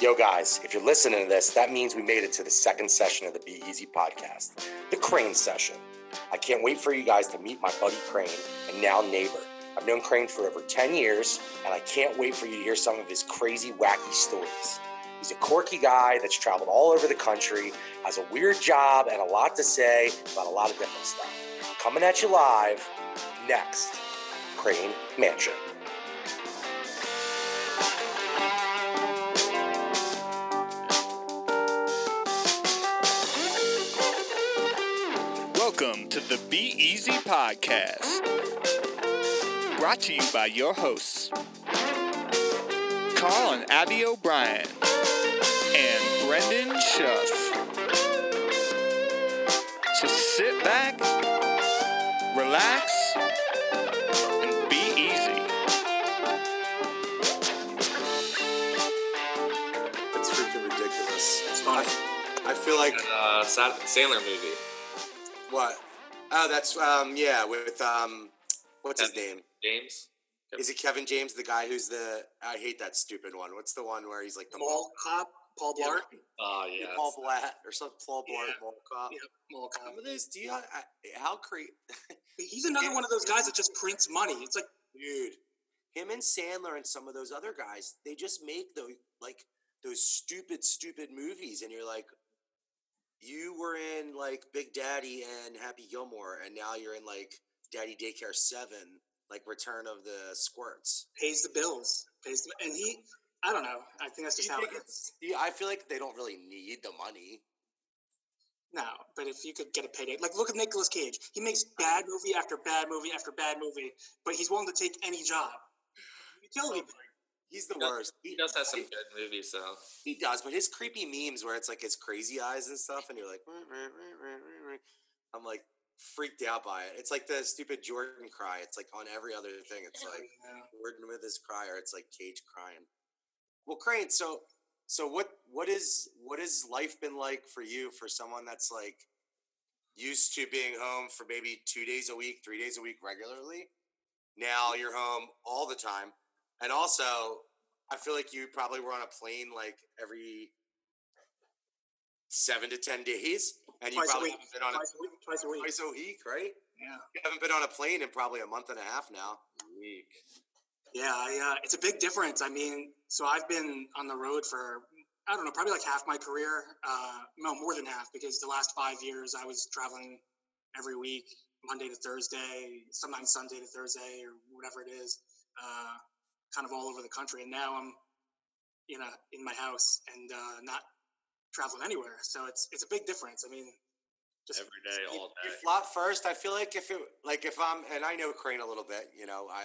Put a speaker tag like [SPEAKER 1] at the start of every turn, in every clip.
[SPEAKER 1] Yo, guys, if you're listening to this, that means we made it to the second session of the Be Easy podcast, the Crane session. I can't wait for you guys to meet my buddy Crane and now neighbor. I've known Crane for over 10 years, and I can't wait for you to hear some of his crazy, wacky stories. He's a quirky guy that's traveled all over the country, has a weird job, and a lot to say about a lot of different stuff. Coming at you live next Crane Mansion.
[SPEAKER 2] Welcome to the Be Easy Podcast. Brought to you by your hosts, Carl and Abby O'Brien and Brendan Schuff. So sit back, relax, and be easy.
[SPEAKER 3] It's freaking ridiculous.
[SPEAKER 4] It's
[SPEAKER 3] I,
[SPEAKER 4] funny.
[SPEAKER 3] I feel like
[SPEAKER 4] Uh, Sad- Sandler movie.
[SPEAKER 3] what? Oh, that's um yeah with um what's his name?
[SPEAKER 4] James.
[SPEAKER 3] Is it Kevin James, the guy who's the I hate that stupid one. What's the one where he's like the
[SPEAKER 5] Mall Cop, Paul
[SPEAKER 3] Yeah,
[SPEAKER 5] Blart,
[SPEAKER 4] Oh yeah.
[SPEAKER 3] Paul Blatt or some Paul Blart mall cop?
[SPEAKER 5] Yeah. Mall Cop.
[SPEAKER 3] Some of this, do you I, how crazy,
[SPEAKER 5] He's another one of those guys that just prints money. It's like
[SPEAKER 3] dude? Him and Sandler and some of those other guys, they just make those like those stupid, stupid movies, and you're like, you were in like Big Daddy and Happy Gilmore, and now you're in like Daddy Daycare Seven, like Return of the Squirts.
[SPEAKER 5] pays the bills, pays the, and he. I don't know. I think that's
[SPEAKER 3] Do
[SPEAKER 5] just
[SPEAKER 3] you
[SPEAKER 5] how
[SPEAKER 3] think
[SPEAKER 5] it is.
[SPEAKER 3] Yeah, I feel like they don't really need the money.
[SPEAKER 5] No, but if you could get a payday, like look at Nicolas Cage. He makes bad movie after bad movie after bad movie, but he's willing to take any job. Utility. bill.
[SPEAKER 3] He's the
[SPEAKER 4] He does-
[SPEAKER 3] worst.
[SPEAKER 4] He does have some good movies though.
[SPEAKER 3] He does, but his creepy memes where it's like his crazy eyes and stuff, and you're like, "Wah, wah, wah, wah, wah," I'm like freaked out by it. It's like the stupid Jordan cry. It's like on every other thing. It's like
[SPEAKER 5] Yeah.
[SPEAKER 3] Jordan with his cry, or it's like Cage crying. Well, Crane, so so what what is what has life been like for you for someone that's like used to being home for maybe two days a week, three days a week regularly? Now you're home all the time. And also, I feel like you probably were on a plane like every seven to ten days. And you
[SPEAKER 5] Twice a
[SPEAKER 3] probably
[SPEAKER 5] week.
[SPEAKER 3] haven't been on
[SPEAKER 5] Twice a week. Twice a
[SPEAKER 3] a
[SPEAKER 5] week.
[SPEAKER 3] twice a week, right?
[SPEAKER 5] Yeah.
[SPEAKER 3] You haven't been on a plane in probably a month and a half now.
[SPEAKER 4] Weak.
[SPEAKER 5] Yeah, I, uh, it's a big difference. I mean, so I've been on the road for I don't know, probably like half my career. Uh, no, more than half because the last five years I was traveling every week, Monday to Thursday, sometimes Sunday to Thursday or whatever it is, uh, kind of all over the country. And now I'm, you know, in my house and uh, not traveling anywhere. So it's it's a big difference. I mean, just
[SPEAKER 4] Every day,
[SPEAKER 3] you,
[SPEAKER 4] all
[SPEAKER 3] you
[SPEAKER 4] day.
[SPEAKER 3] flop first. I feel like if it, like if I'm, and I know Crane a little bit. You know, I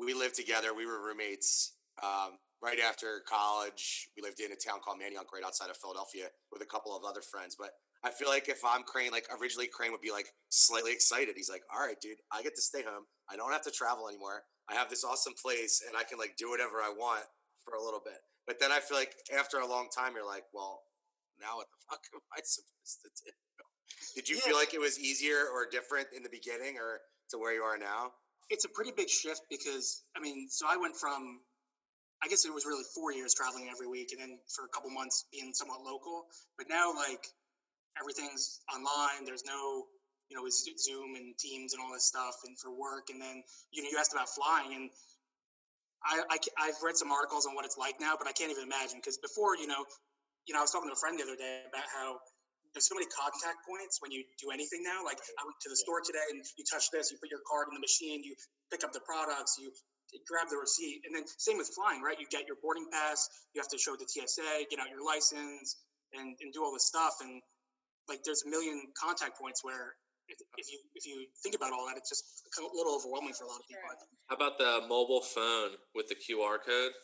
[SPEAKER 3] we lived together. We were roommates. Um, right after college, we lived in a town called Manioc, right outside of Philadelphia, with a couple of other friends. But I feel like if I'm Crane, like originally Crane would be like slightly excited. He's like, "All right, dude, I get to stay home. I don't have to travel anymore. I have this awesome place, and I can like do whatever I want for a little bit." But then I feel like after a long time, you're like, "Well, now what the fuck am I supposed to do?" Did you
[SPEAKER 5] Yeah.
[SPEAKER 3] feel like it was easier or different in the beginning or to where you are now?
[SPEAKER 5] it's a pretty big shift because I mean, so I went from, I guess it was really four years traveling every week, and then for a couple months being somewhat local. But now, like everything's online. There's no, you know, Z- Zoom and Teams and all this stuff, and for work. And then you know, you asked about flying, and I, I ca- I've read some articles on what it's like now, but I can't even imagine because before, you know, you know, I was talking to a friend the other day about how there's so many contact points when you do anything now. Like I went to the store today and you touch this, you put your card in the machine, you pick up the products, you grab the receipt, and then same with flying, right? You get your boarding pass, you have to show the TSA, get out your license, and, and do all this stuff. And like there's a million contact points where if, if you if you think about all that, it's just kind of a little overwhelming for a lot of people. I think.
[SPEAKER 4] How about the mobile phone with the QR code?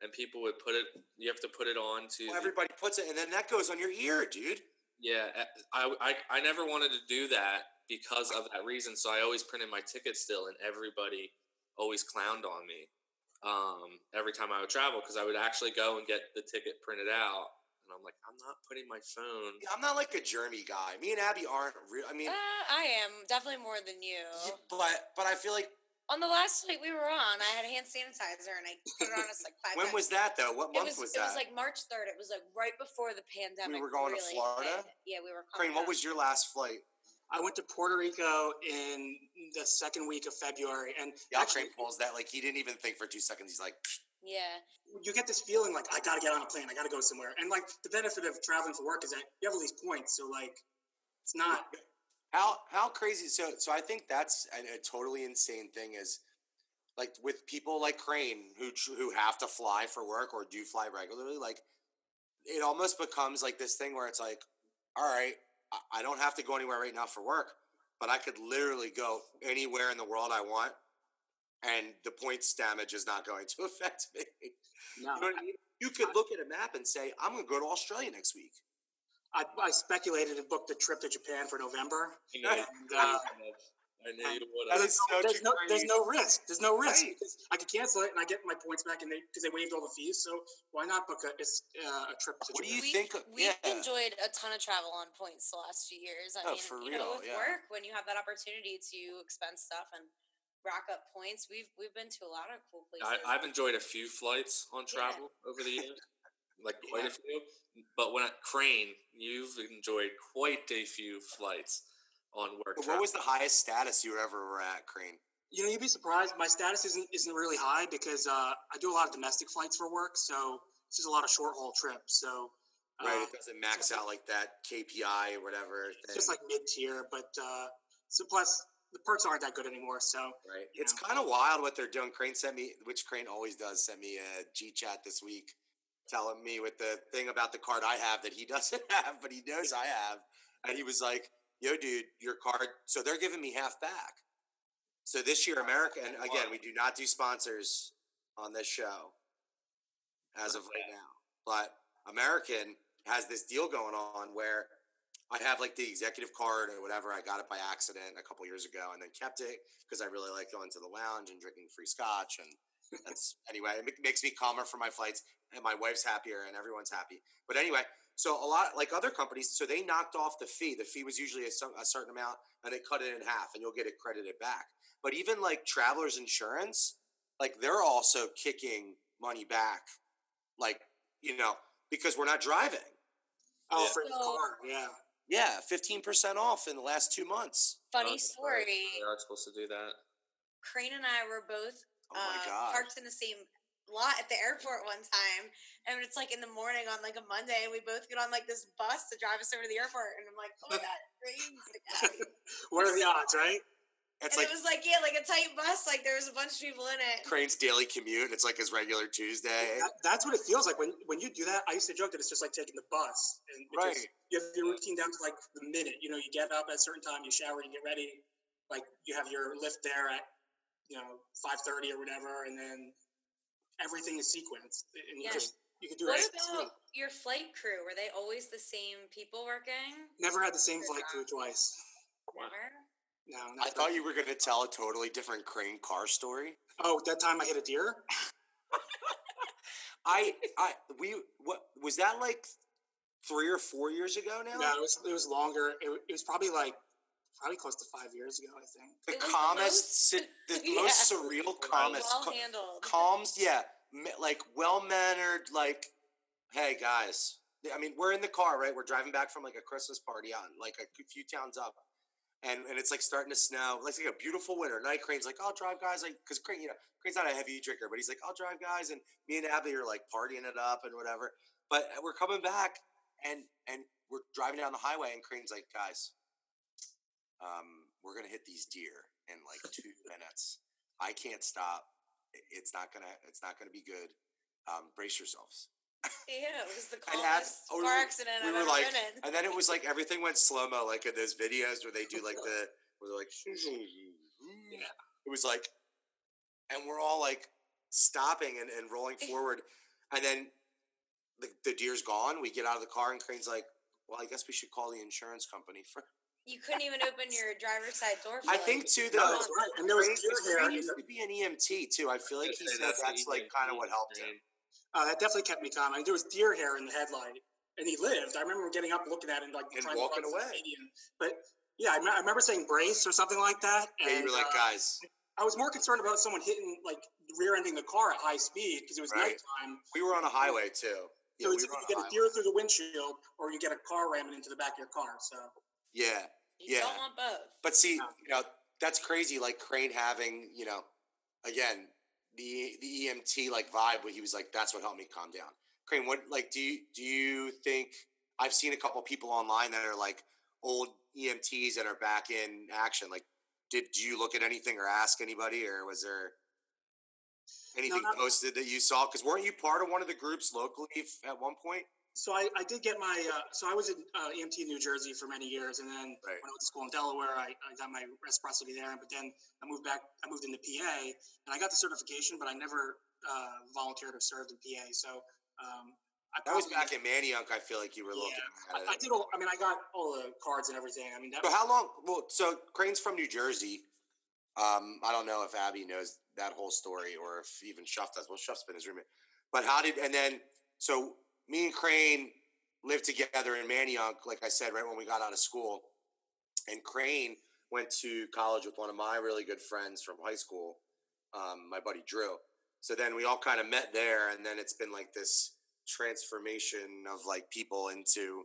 [SPEAKER 4] And people would put it. You have to put it on to.
[SPEAKER 3] Well, Oh,
[SPEAKER 4] the-
[SPEAKER 3] everybody puts it and then that goes on your ear, dude.
[SPEAKER 4] yeah, I, I I never wanted to do that because of that reason. So I always printed my ticket still, and everybody always clowned on me um, every time I would travel because I would actually go and get the ticket printed out, and I'm like, I'm not putting my phone.
[SPEAKER 3] I'm not like a journey guy. Me and Abby aren't real. I mean,
[SPEAKER 6] Uh, I am definitely more than you.
[SPEAKER 3] y- but but I feel like
[SPEAKER 6] On the last flight we were on, I had hand sanitizer and I put it on us like five
[SPEAKER 3] When
[SPEAKER 6] times.
[SPEAKER 3] was that though? What
[SPEAKER 6] It
[SPEAKER 3] month
[SPEAKER 6] was,
[SPEAKER 3] was,
[SPEAKER 6] it
[SPEAKER 3] that?
[SPEAKER 6] was like March 3rd. It was like right before the pandemic.
[SPEAKER 3] were going to
[SPEAKER 6] really
[SPEAKER 3] Florida?
[SPEAKER 6] hit. Yeah, we were.
[SPEAKER 3] Crane, what was your last flight?
[SPEAKER 5] I went to Puerto Rico in the second week of February, and
[SPEAKER 3] Yeah,
[SPEAKER 5] actually,
[SPEAKER 3] Crane pulls that. Like he didn't even think for two seconds. He's like,
[SPEAKER 6] Yeah.
[SPEAKER 5] you get this feeling like I gotta get on a plane, I gotta go somewhere. And like the benefit of traveling for work is that you have all these points, so like it's not.
[SPEAKER 3] how how crazy? So so I think that's a, a totally insane thing. Is like with people like Crane who tr- who have to fly for work or do fly regularly. Like it almost becomes like this thing where it's like, all right, I- I don't have to go anywhere right now for work, but I could literally go anywhere in the world I want, and the points damage is not going to affect me.
[SPEAKER 5] No,
[SPEAKER 3] You know what I mean? You could look at a map and say, I'm going to go to Australia next week.
[SPEAKER 5] I, I speculated and booked a trip to Japan for November.
[SPEAKER 4] You know,
[SPEAKER 5] And, uh,
[SPEAKER 4] I knew you would
[SPEAKER 3] That
[SPEAKER 4] have.
[SPEAKER 3] is so
[SPEAKER 5] there's no there's
[SPEAKER 3] true.
[SPEAKER 5] no risk. There's no risk
[SPEAKER 3] Right.
[SPEAKER 5] because I could cancel it and I get my points back, and they because they waived all the fees. So why not book a, it's, uh, a trip to
[SPEAKER 3] What do
[SPEAKER 5] Japan?
[SPEAKER 3] you think of-
[SPEAKER 6] We've
[SPEAKER 3] yeah.
[SPEAKER 6] enjoyed a ton of travel on points the last few years. I
[SPEAKER 3] Oh,
[SPEAKER 6] mean,
[SPEAKER 3] for
[SPEAKER 6] you
[SPEAKER 3] real,
[SPEAKER 6] know, with
[SPEAKER 3] yeah.
[SPEAKER 6] work, when you have that opportunity to expense stuff and rack up points, we've we've been to a lot of cool places.
[SPEAKER 4] I, I've enjoyed a few flights on travel over the years, like quite a few. But when at Crane, you've enjoyed quite a few flights on work.
[SPEAKER 3] What
[SPEAKER 4] travel.
[SPEAKER 3] was the highest status you ever were at, Crane?
[SPEAKER 5] You know, you'd be surprised. My status isn't isn't really high because uh, I do a lot of domestic flights for work, so it's just a lot of short haul trips. So uh,
[SPEAKER 3] Right, it doesn't max out like that KPI or whatever.
[SPEAKER 5] it's just
[SPEAKER 3] thing,
[SPEAKER 5] like mid tier, but uh, so plus the perks aren't that good anymore. So
[SPEAKER 3] right,
[SPEAKER 5] you
[SPEAKER 3] it's
[SPEAKER 5] know.
[SPEAKER 3] kind of wild what they're doing. Crane sent me, which Crane always does, sent me a G chat this week, telling me with the thing about the card I have that he doesn't have, but he knows I have, and he was like, "Yo, dude, your card." So they're giving me half back. So this year, America, and again, we do not do sponsors on this show as of right now. But American has this deal going on where I have like the executive card or whatever. I got it by accident a couple years ago and then kept it because I really like going to the lounge and drinking free scotch. And that's anyway, it ma- makes me calmer for my flights and my wife's happier and everyone's happy. But anyway, so a lot like other companies, so they knocked off the fee. The fee was usually a, some, a certain amount and they cut it in half and you'll get it credited back. But even like travelers insurance, like they're also kicking money back, like, you know, because we're not driving.
[SPEAKER 5] oh,
[SPEAKER 4] Yeah.
[SPEAKER 5] for your
[SPEAKER 6] So-
[SPEAKER 5] car, yeah.
[SPEAKER 3] Yeah, 15% off in the last two months.
[SPEAKER 4] Oh,
[SPEAKER 6] Funny
[SPEAKER 4] sorry.
[SPEAKER 6] story.
[SPEAKER 4] They are supposed to do that.
[SPEAKER 6] Crane and I were both
[SPEAKER 3] Oh my
[SPEAKER 6] uh,
[SPEAKER 3] God.
[SPEAKER 6] parked in the same lot at the airport one time and it's like in the morning on like a monday and we both get on like this bus to drive us over to the airport and i'm like oh my god Crane's like, out of
[SPEAKER 5] What are the odds, right?
[SPEAKER 3] It's
[SPEAKER 6] and
[SPEAKER 3] like
[SPEAKER 6] it was like yeah, like a tight bus. Like there was a bunch of people in it.
[SPEAKER 3] Crane's daily commute, and it's like his regular Tuesday.
[SPEAKER 5] That, that's what it feels like when when you do that. I used to joke that it's just like taking the bus, and it
[SPEAKER 3] Right.
[SPEAKER 5] just- you have your routine down to like the minute. You know, you get up at a certain time, you shower, you get ready. Like you have your lift there at you know five thirty or whatever, and then everything is sequenced, and you
[SPEAKER 6] Yeah.
[SPEAKER 5] just you can do
[SPEAKER 6] What
[SPEAKER 5] it.
[SPEAKER 6] about your flight crew? Were they always the same people working?
[SPEAKER 5] Never had the same flight crew twice.
[SPEAKER 6] Never?
[SPEAKER 5] No, not
[SPEAKER 3] I
[SPEAKER 5] that-
[SPEAKER 3] thought you were going to tell a totally different Crane car story.
[SPEAKER 5] Oh, that time I hit a deer.
[SPEAKER 3] I, I, we, what was that like three or four years ago now?
[SPEAKER 5] No, it was it was longer. It, wa- it was probably like probably close to five years ago, I think.
[SPEAKER 3] The
[SPEAKER 6] It was the
[SPEAKER 3] calmest, si- the most,
[SPEAKER 6] Yeah.
[SPEAKER 3] surreal,
[SPEAKER 4] That's
[SPEAKER 3] calmest,
[SPEAKER 6] well
[SPEAKER 3] ca-
[SPEAKER 6] handled.
[SPEAKER 3] calms, yeah, ma- like well mannered, like, hey guys, I mean, we're in the car, right? We're driving back from like a Christmas party on like a few towns up, and and it's like starting to snow. It's like a beautiful winter. Night Crane's like, I'll drive, guys. Like, cause Crane, you know, Crane's not a heavy drinker, but he's like, I'll drive, guys. And me and Abby are like partying it up and whatever. But we're coming back, and and we're driving down the highway, and Crane's like, guys, um, we're gonna hit these deer in like two minutes. I can't stop. It- It's not gonna. It's not gonna be good. Um, brace yourselves.
[SPEAKER 6] Yeah, it was the
[SPEAKER 3] And
[SPEAKER 6] calmest
[SPEAKER 3] abs- oh, we
[SPEAKER 6] car
[SPEAKER 3] were-
[SPEAKER 6] accident
[SPEAKER 3] we
[SPEAKER 6] I've
[SPEAKER 3] were
[SPEAKER 6] ever
[SPEAKER 3] like-
[SPEAKER 6] been in.
[SPEAKER 3] And then it was like everything went slow mo, like in those videos where they do like the where they're like, it was like, and we're all like stopping and, and rolling forward, and then the, the deer's gone. We get out of the car, and Crane's like, "Well, I guess we should call the insurance company." For
[SPEAKER 6] You couldn't even open your driver's side door. For
[SPEAKER 3] I
[SPEAKER 6] like-
[SPEAKER 3] think too
[SPEAKER 5] No,
[SPEAKER 3] though,
[SPEAKER 5] that's right. And there was
[SPEAKER 3] Crane,
[SPEAKER 5] deer
[SPEAKER 3] Crane
[SPEAKER 5] hair. in
[SPEAKER 3] used
[SPEAKER 5] the-
[SPEAKER 3] to be an EMT too. I feel like he
[SPEAKER 4] I'd say E
[SPEAKER 3] said
[SPEAKER 4] the
[SPEAKER 3] that's like
[SPEAKER 4] easiest
[SPEAKER 3] kind of
[SPEAKER 4] thing
[SPEAKER 3] what
[SPEAKER 4] to
[SPEAKER 3] helped him.
[SPEAKER 4] train.
[SPEAKER 5] Uh, that definitely kept me calm. I mean, there was deer hair in the headlight, and he lived. I remember getting up, looking at it, and like
[SPEAKER 3] And
[SPEAKER 5] trying to
[SPEAKER 3] walking
[SPEAKER 5] run to the
[SPEAKER 3] away.
[SPEAKER 5] median. But yeah, I, me- I remember saying brace or something like that.
[SPEAKER 3] Yeah, you
[SPEAKER 5] and,
[SPEAKER 3] were like,
[SPEAKER 5] uh,
[SPEAKER 3] guys,
[SPEAKER 5] I was more concerned about someone hitting like rear-ending the car at high speed because it was
[SPEAKER 3] Right.
[SPEAKER 5] nighttime.
[SPEAKER 3] We were on a highway too. Yeah,
[SPEAKER 5] So
[SPEAKER 3] we
[SPEAKER 5] it's
[SPEAKER 3] were
[SPEAKER 5] either
[SPEAKER 3] on
[SPEAKER 5] you
[SPEAKER 3] a
[SPEAKER 5] get a deer through the windshield or you get a car ramming into the back of your car. So
[SPEAKER 3] highway. yeah,
[SPEAKER 6] You
[SPEAKER 3] Yeah.
[SPEAKER 6] don't want both.
[SPEAKER 3] but see,
[SPEAKER 5] No.
[SPEAKER 3] you know, that's crazy. Like Crane having, you know, again the the EMT like vibe, where he was like, "That's what helped me calm down." Crane, what like do you do you think? I've seen a couple people online that are like old EMTs that are back in action. Like, did you look at anything or ask anybody, or was there anything
[SPEAKER 5] not-
[SPEAKER 3] posted that you saw? Because weren't you part of one of the groups locally f- at one point?
[SPEAKER 5] so I, I did get my uh, so I was in uh, EMT in New Jersey for many years, and then
[SPEAKER 3] Right.
[SPEAKER 5] when I went to school in Delaware, I, I got my reciprocity there. But then I moved back, I moved into PA, and I got the certification, but I never uh, volunteered or served in PA. So um, I
[SPEAKER 3] That was
[SPEAKER 5] probably-
[SPEAKER 3] back in Maniunk. I feel like you were looking at it.
[SPEAKER 5] I, I did all. I mean, I got all the cards and everything. I mean, that
[SPEAKER 3] So how long? Well, so Crane's from New Jersey. Um, I don't know if Abby knows that whole story or if even Shuff does. Well, Shuff's been his roommate. But how did and then so me and Crane lived together in Manioc, like I said, right when we got out of school. And Crane went to college with one of my really good friends from high school, um, my buddy Drew. So then we all kind of met there, and then it's been like this transformation of like people into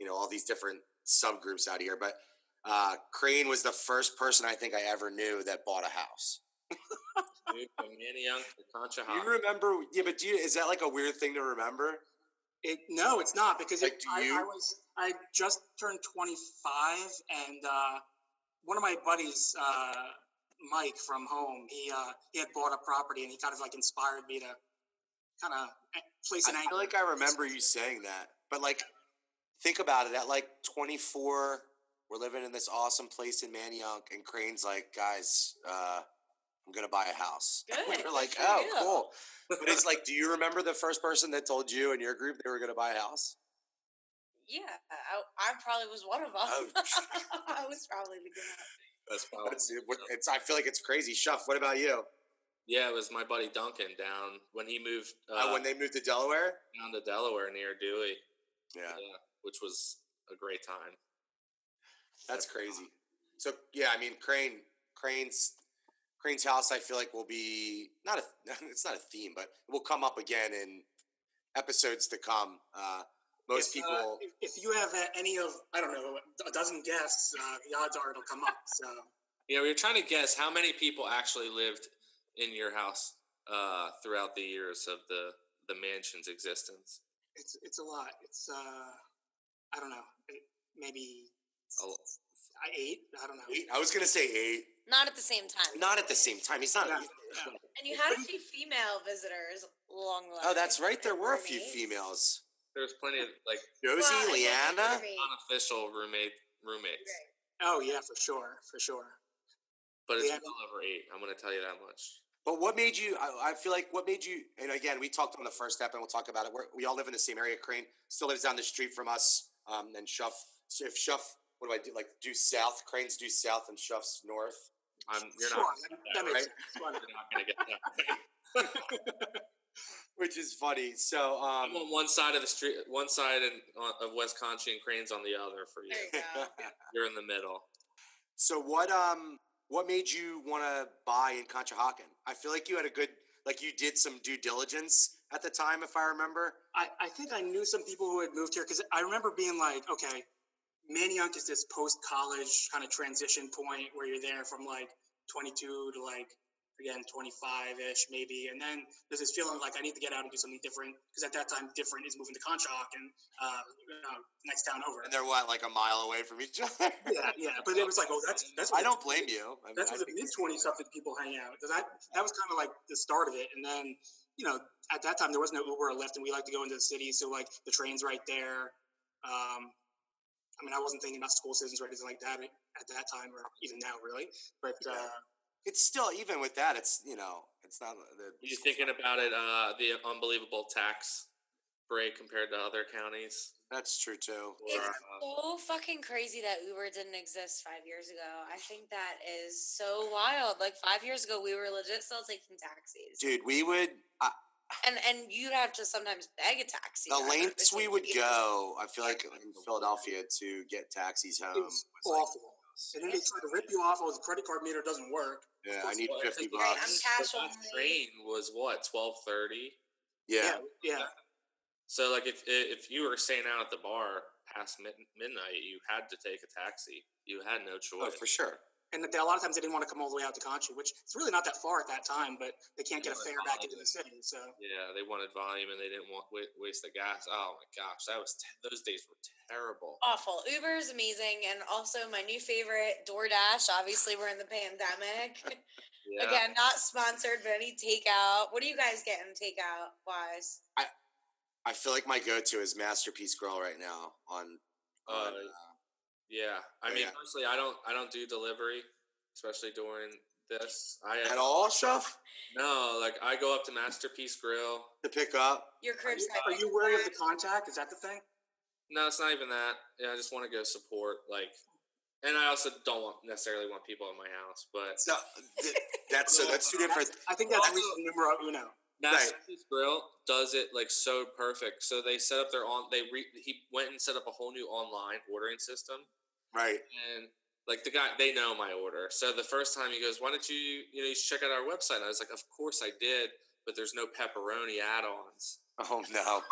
[SPEAKER 3] you know all these different subgroups out here. But uh, Crane was the first person I think I ever knew that bought a house.
[SPEAKER 4] Dude, from Manny Young to Concha
[SPEAKER 6] Uh-huh.
[SPEAKER 3] Do you
[SPEAKER 4] Hawk.
[SPEAKER 3] remember? Yeah, but do you, is that like a weird thing to remember?
[SPEAKER 5] It, no, it's not because
[SPEAKER 3] Like,
[SPEAKER 5] it,
[SPEAKER 3] do
[SPEAKER 5] I, I
[SPEAKER 3] you-
[SPEAKER 5] was I just turned 25, and uh, one of my buddies, uh, Mike from home, he uh, he had bought a property, and he kind of like inspired me to kind of place an
[SPEAKER 3] I
[SPEAKER 5] anchor.
[SPEAKER 3] feel like I remember you saying that, but like, think about it. At like 24, we're living in this awesome place in Manioc, and Crane's like, guys, uh, I'm gonna buy a house. And
[SPEAKER 6] Good,
[SPEAKER 3] we
[SPEAKER 6] good
[SPEAKER 3] were like,
[SPEAKER 6] for
[SPEAKER 3] oh,
[SPEAKER 6] you."
[SPEAKER 3] cool. But it's like, do you remember the first person that told you and your group they were gonna buy a house?
[SPEAKER 6] Yeah, I, I probably was one of them.
[SPEAKER 3] Oh, shit.
[SPEAKER 6] I was probably the good one.
[SPEAKER 4] That's
[SPEAKER 6] Oh,
[SPEAKER 4] probably.
[SPEAKER 3] That's, it's, I feel like it's crazy. Shuff, what about you?
[SPEAKER 4] Yeah, it was my buddy Duncan down when he moved uh,
[SPEAKER 3] Uh, when they moved to Delaware?
[SPEAKER 4] down to Delaware near Dewey,
[SPEAKER 3] Yeah,
[SPEAKER 4] yeah, which was a great time.
[SPEAKER 3] that's crazy. So yeah, I mean Crane, Crane's, Crane's house. I feel like will be not a. It's not a theme, but will come up again in episodes to come. Uh, most
[SPEAKER 5] If, uh,
[SPEAKER 3] people.
[SPEAKER 5] if, if you have uh, any of I don't know a dozen guests, uh, the odds are it'll come up. So
[SPEAKER 4] Yeah, we were trying to guess how many people actually lived in your house uh, throughout the years of the the mansion's existence.
[SPEAKER 5] it's it's a lot. It's uh, I don't know, it- maybe
[SPEAKER 4] A lo-
[SPEAKER 5] I eight. I don't know.
[SPEAKER 3] eight, I was gonna say eight.
[SPEAKER 6] Not at the same time.
[SPEAKER 3] Not at the same time. He's not.
[SPEAKER 5] Yeah.
[SPEAKER 6] And you had a few female visitors along the way.
[SPEAKER 3] Oh, that's right. There were a few
[SPEAKER 6] Roommates.
[SPEAKER 3] females.
[SPEAKER 4] There was plenty of like
[SPEAKER 3] Josie,
[SPEAKER 6] Well, and then
[SPEAKER 3] Leanna.
[SPEAKER 6] roommate.
[SPEAKER 4] unofficial roommate roommates,
[SPEAKER 6] Right.
[SPEAKER 5] Oh yeah, for sure, for sure.
[SPEAKER 4] but it's
[SPEAKER 5] Yeah.
[SPEAKER 4] well over eight. I'm going to tell you that much.
[SPEAKER 3] But what made you? I, I feel like what made you? And again, we talked on the first step, and we'll talk about it. We're, we all live in the same area. Crane still lives down the street from us. Um, and Shuff. So if Shuff, what do I do? Like do south? Crane's due south, and Shuff's north.
[SPEAKER 4] I'm, you're
[SPEAKER 5] sure,
[SPEAKER 4] not.
[SPEAKER 5] that, that makes sense. Whatever.
[SPEAKER 4] You're not going to get that.
[SPEAKER 3] Which is funny. So um,
[SPEAKER 4] I'm on one side of the street, one side in, on, of West Concha and Crane's on the other for you.
[SPEAKER 6] There you go.
[SPEAKER 4] You're in the middle.
[SPEAKER 3] so what um what made you want to buy in Conshohocken? I feel like you had a good like you did some due diligence at the time, if I remember.
[SPEAKER 5] I, I think I knew some people who had moved here because I remember being like, okay, Manioc is this post college kind of transition point where you're there from like 22 to like, again, 25 ish maybe. And then there's this feeling like I need to get out and do something different because at that time, different is moving to Conshohocken, and uh, uh, next town over.
[SPEAKER 3] And they're what like a mile away from each other.
[SPEAKER 5] yeah, yeah. But it was like, oh, that's, that's,
[SPEAKER 3] I
[SPEAKER 5] what-
[SPEAKER 3] don't blame you. I mean,
[SPEAKER 5] that's
[SPEAKER 3] I
[SPEAKER 5] where the
[SPEAKER 3] think
[SPEAKER 5] mid
[SPEAKER 3] it's-
[SPEAKER 5] twenty something people hang out because that that was kind of like the start of it. And then you know at that time there was no Uber or Lyft, and we like to go into the city, so like the train's right there. Um, I mean, I wasn't thinking about school systems or anything like that at at that time, or even now, really. But uh,
[SPEAKER 3] Yeah. It's still even with that. It's you know, it's not. The,
[SPEAKER 4] Were you thinking about it? Uh, the unbelievable tax break compared to other counties.
[SPEAKER 3] That's true too.
[SPEAKER 4] Or,
[SPEAKER 6] It's
[SPEAKER 4] uh,
[SPEAKER 6] so fucking crazy that Uber didn't exist five years ago. I think that is so wild. Like five years ago, we were legit still taking taxis,
[SPEAKER 3] Dude, we would uh,
[SPEAKER 6] and and you'd have to sometimes beg a taxi.
[SPEAKER 3] the
[SPEAKER 6] driver,
[SPEAKER 3] lengths
[SPEAKER 6] which
[SPEAKER 3] we
[SPEAKER 6] is
[SPEAKER 3] would
[SPEAKER 6] weird.
[SPEAKER 3] go. I feel like in Philadelphia to get taxis home.
[SPEAKER 5] it
[SPEAKER 3] was
[SPEAKER 5] was
[SPEAKER 3] like-
[SPEAKER 5] awful. And then they try to rip you off. Oh, the credit card meter doesn't work.
[SPEAKER 3] Yeah, I need
[SPEAKER 4] Well,
[SPEAKER 3] fifty
[SPEAKER 4] the last-
[SPEAKER 3] bucks.
[SPEAKER 6] I'm cash
[SPEAKER 4] the last
[SPEAKER 6] only.
[SPEAKER 4] train was what twelve thirty.
[SPEAKER 3] Yeah,
[SPEAKER 5] Yeah.
[SPEAKER 4] So like if if you were staying out at the bar past mid- midnight, you had to take a taxi. You had no
[SPEAKER 3] oh,
[SPEAKER 4] choice.
[SPEAKER 3] for sure.
[SPEAKER 5] And a lot of times they didn't want to come all the way out to Concha, which it's really not that far at that time, but they can't get a fare back into the city. So
[SPEAKER 4] Yeah, they wanted volume and they didn't want wa- waste the gas. Oh my gosh, that was te- those days were terrible.
[SPEAKER 6] Awful. Uber is amazing, and also my new favorite, DoorDash. Obviously, we're in the pandemic.
[SPEAKER 4] Yeah.
[SPEAKER 6] Again, not sponsored, but any takeout. What are you guys getting takeout wise?
[SPEAKER 3] I feel like my go-to is Masterpiece Grill right now on. on,
[SPEAKER 4] Uh,
[SPEAKER 3] uh,
[SPEAKER 4] Yeah, I mean,
[SPEAKER 3] Yeah.
[SPEAKER 4] personally, I don't, I don't do delivery, especially during this. I
[SPEAKER 3] at all, Chef,
[SPEAKER 4] no, like I go up to Masterpiece Grill.
[SPEAKER 3] to pick up.
[SPEAKER 6] Your
[SPEAKER 5] are you,
[SPEAKER 6] curbside.
[SPEAKER 5] are you wary of the
[SPEAKER 6] pickup.
[SPEAKER 5] contact? Is that the thing?
[SPEAKER 4] No, it's not even that. Yeah, I just want to go support, like, and I also don't want, necessarily want people in my house, but
[SPEAKER 3] So th- that's so that's two different.
[SPEAKER 5] I think that's
[SPEAKER 4] Also-
[SPEAKER 5] reason numero uno.
[SPEAKER 4] Masterpiece Grill does it like so perfect. So they set up their on. They re, he went and set up a whole new online ordering system,
[SPEAKER 3] Right.
[SPEAKER 4] and like the guy, they know my order. So the first time he goes, "Why don't you, you know, you should check out our website?" And I was like, "Of course I did." But there's no pepperoni add-ons.
[SPEAKER 3] Oh no.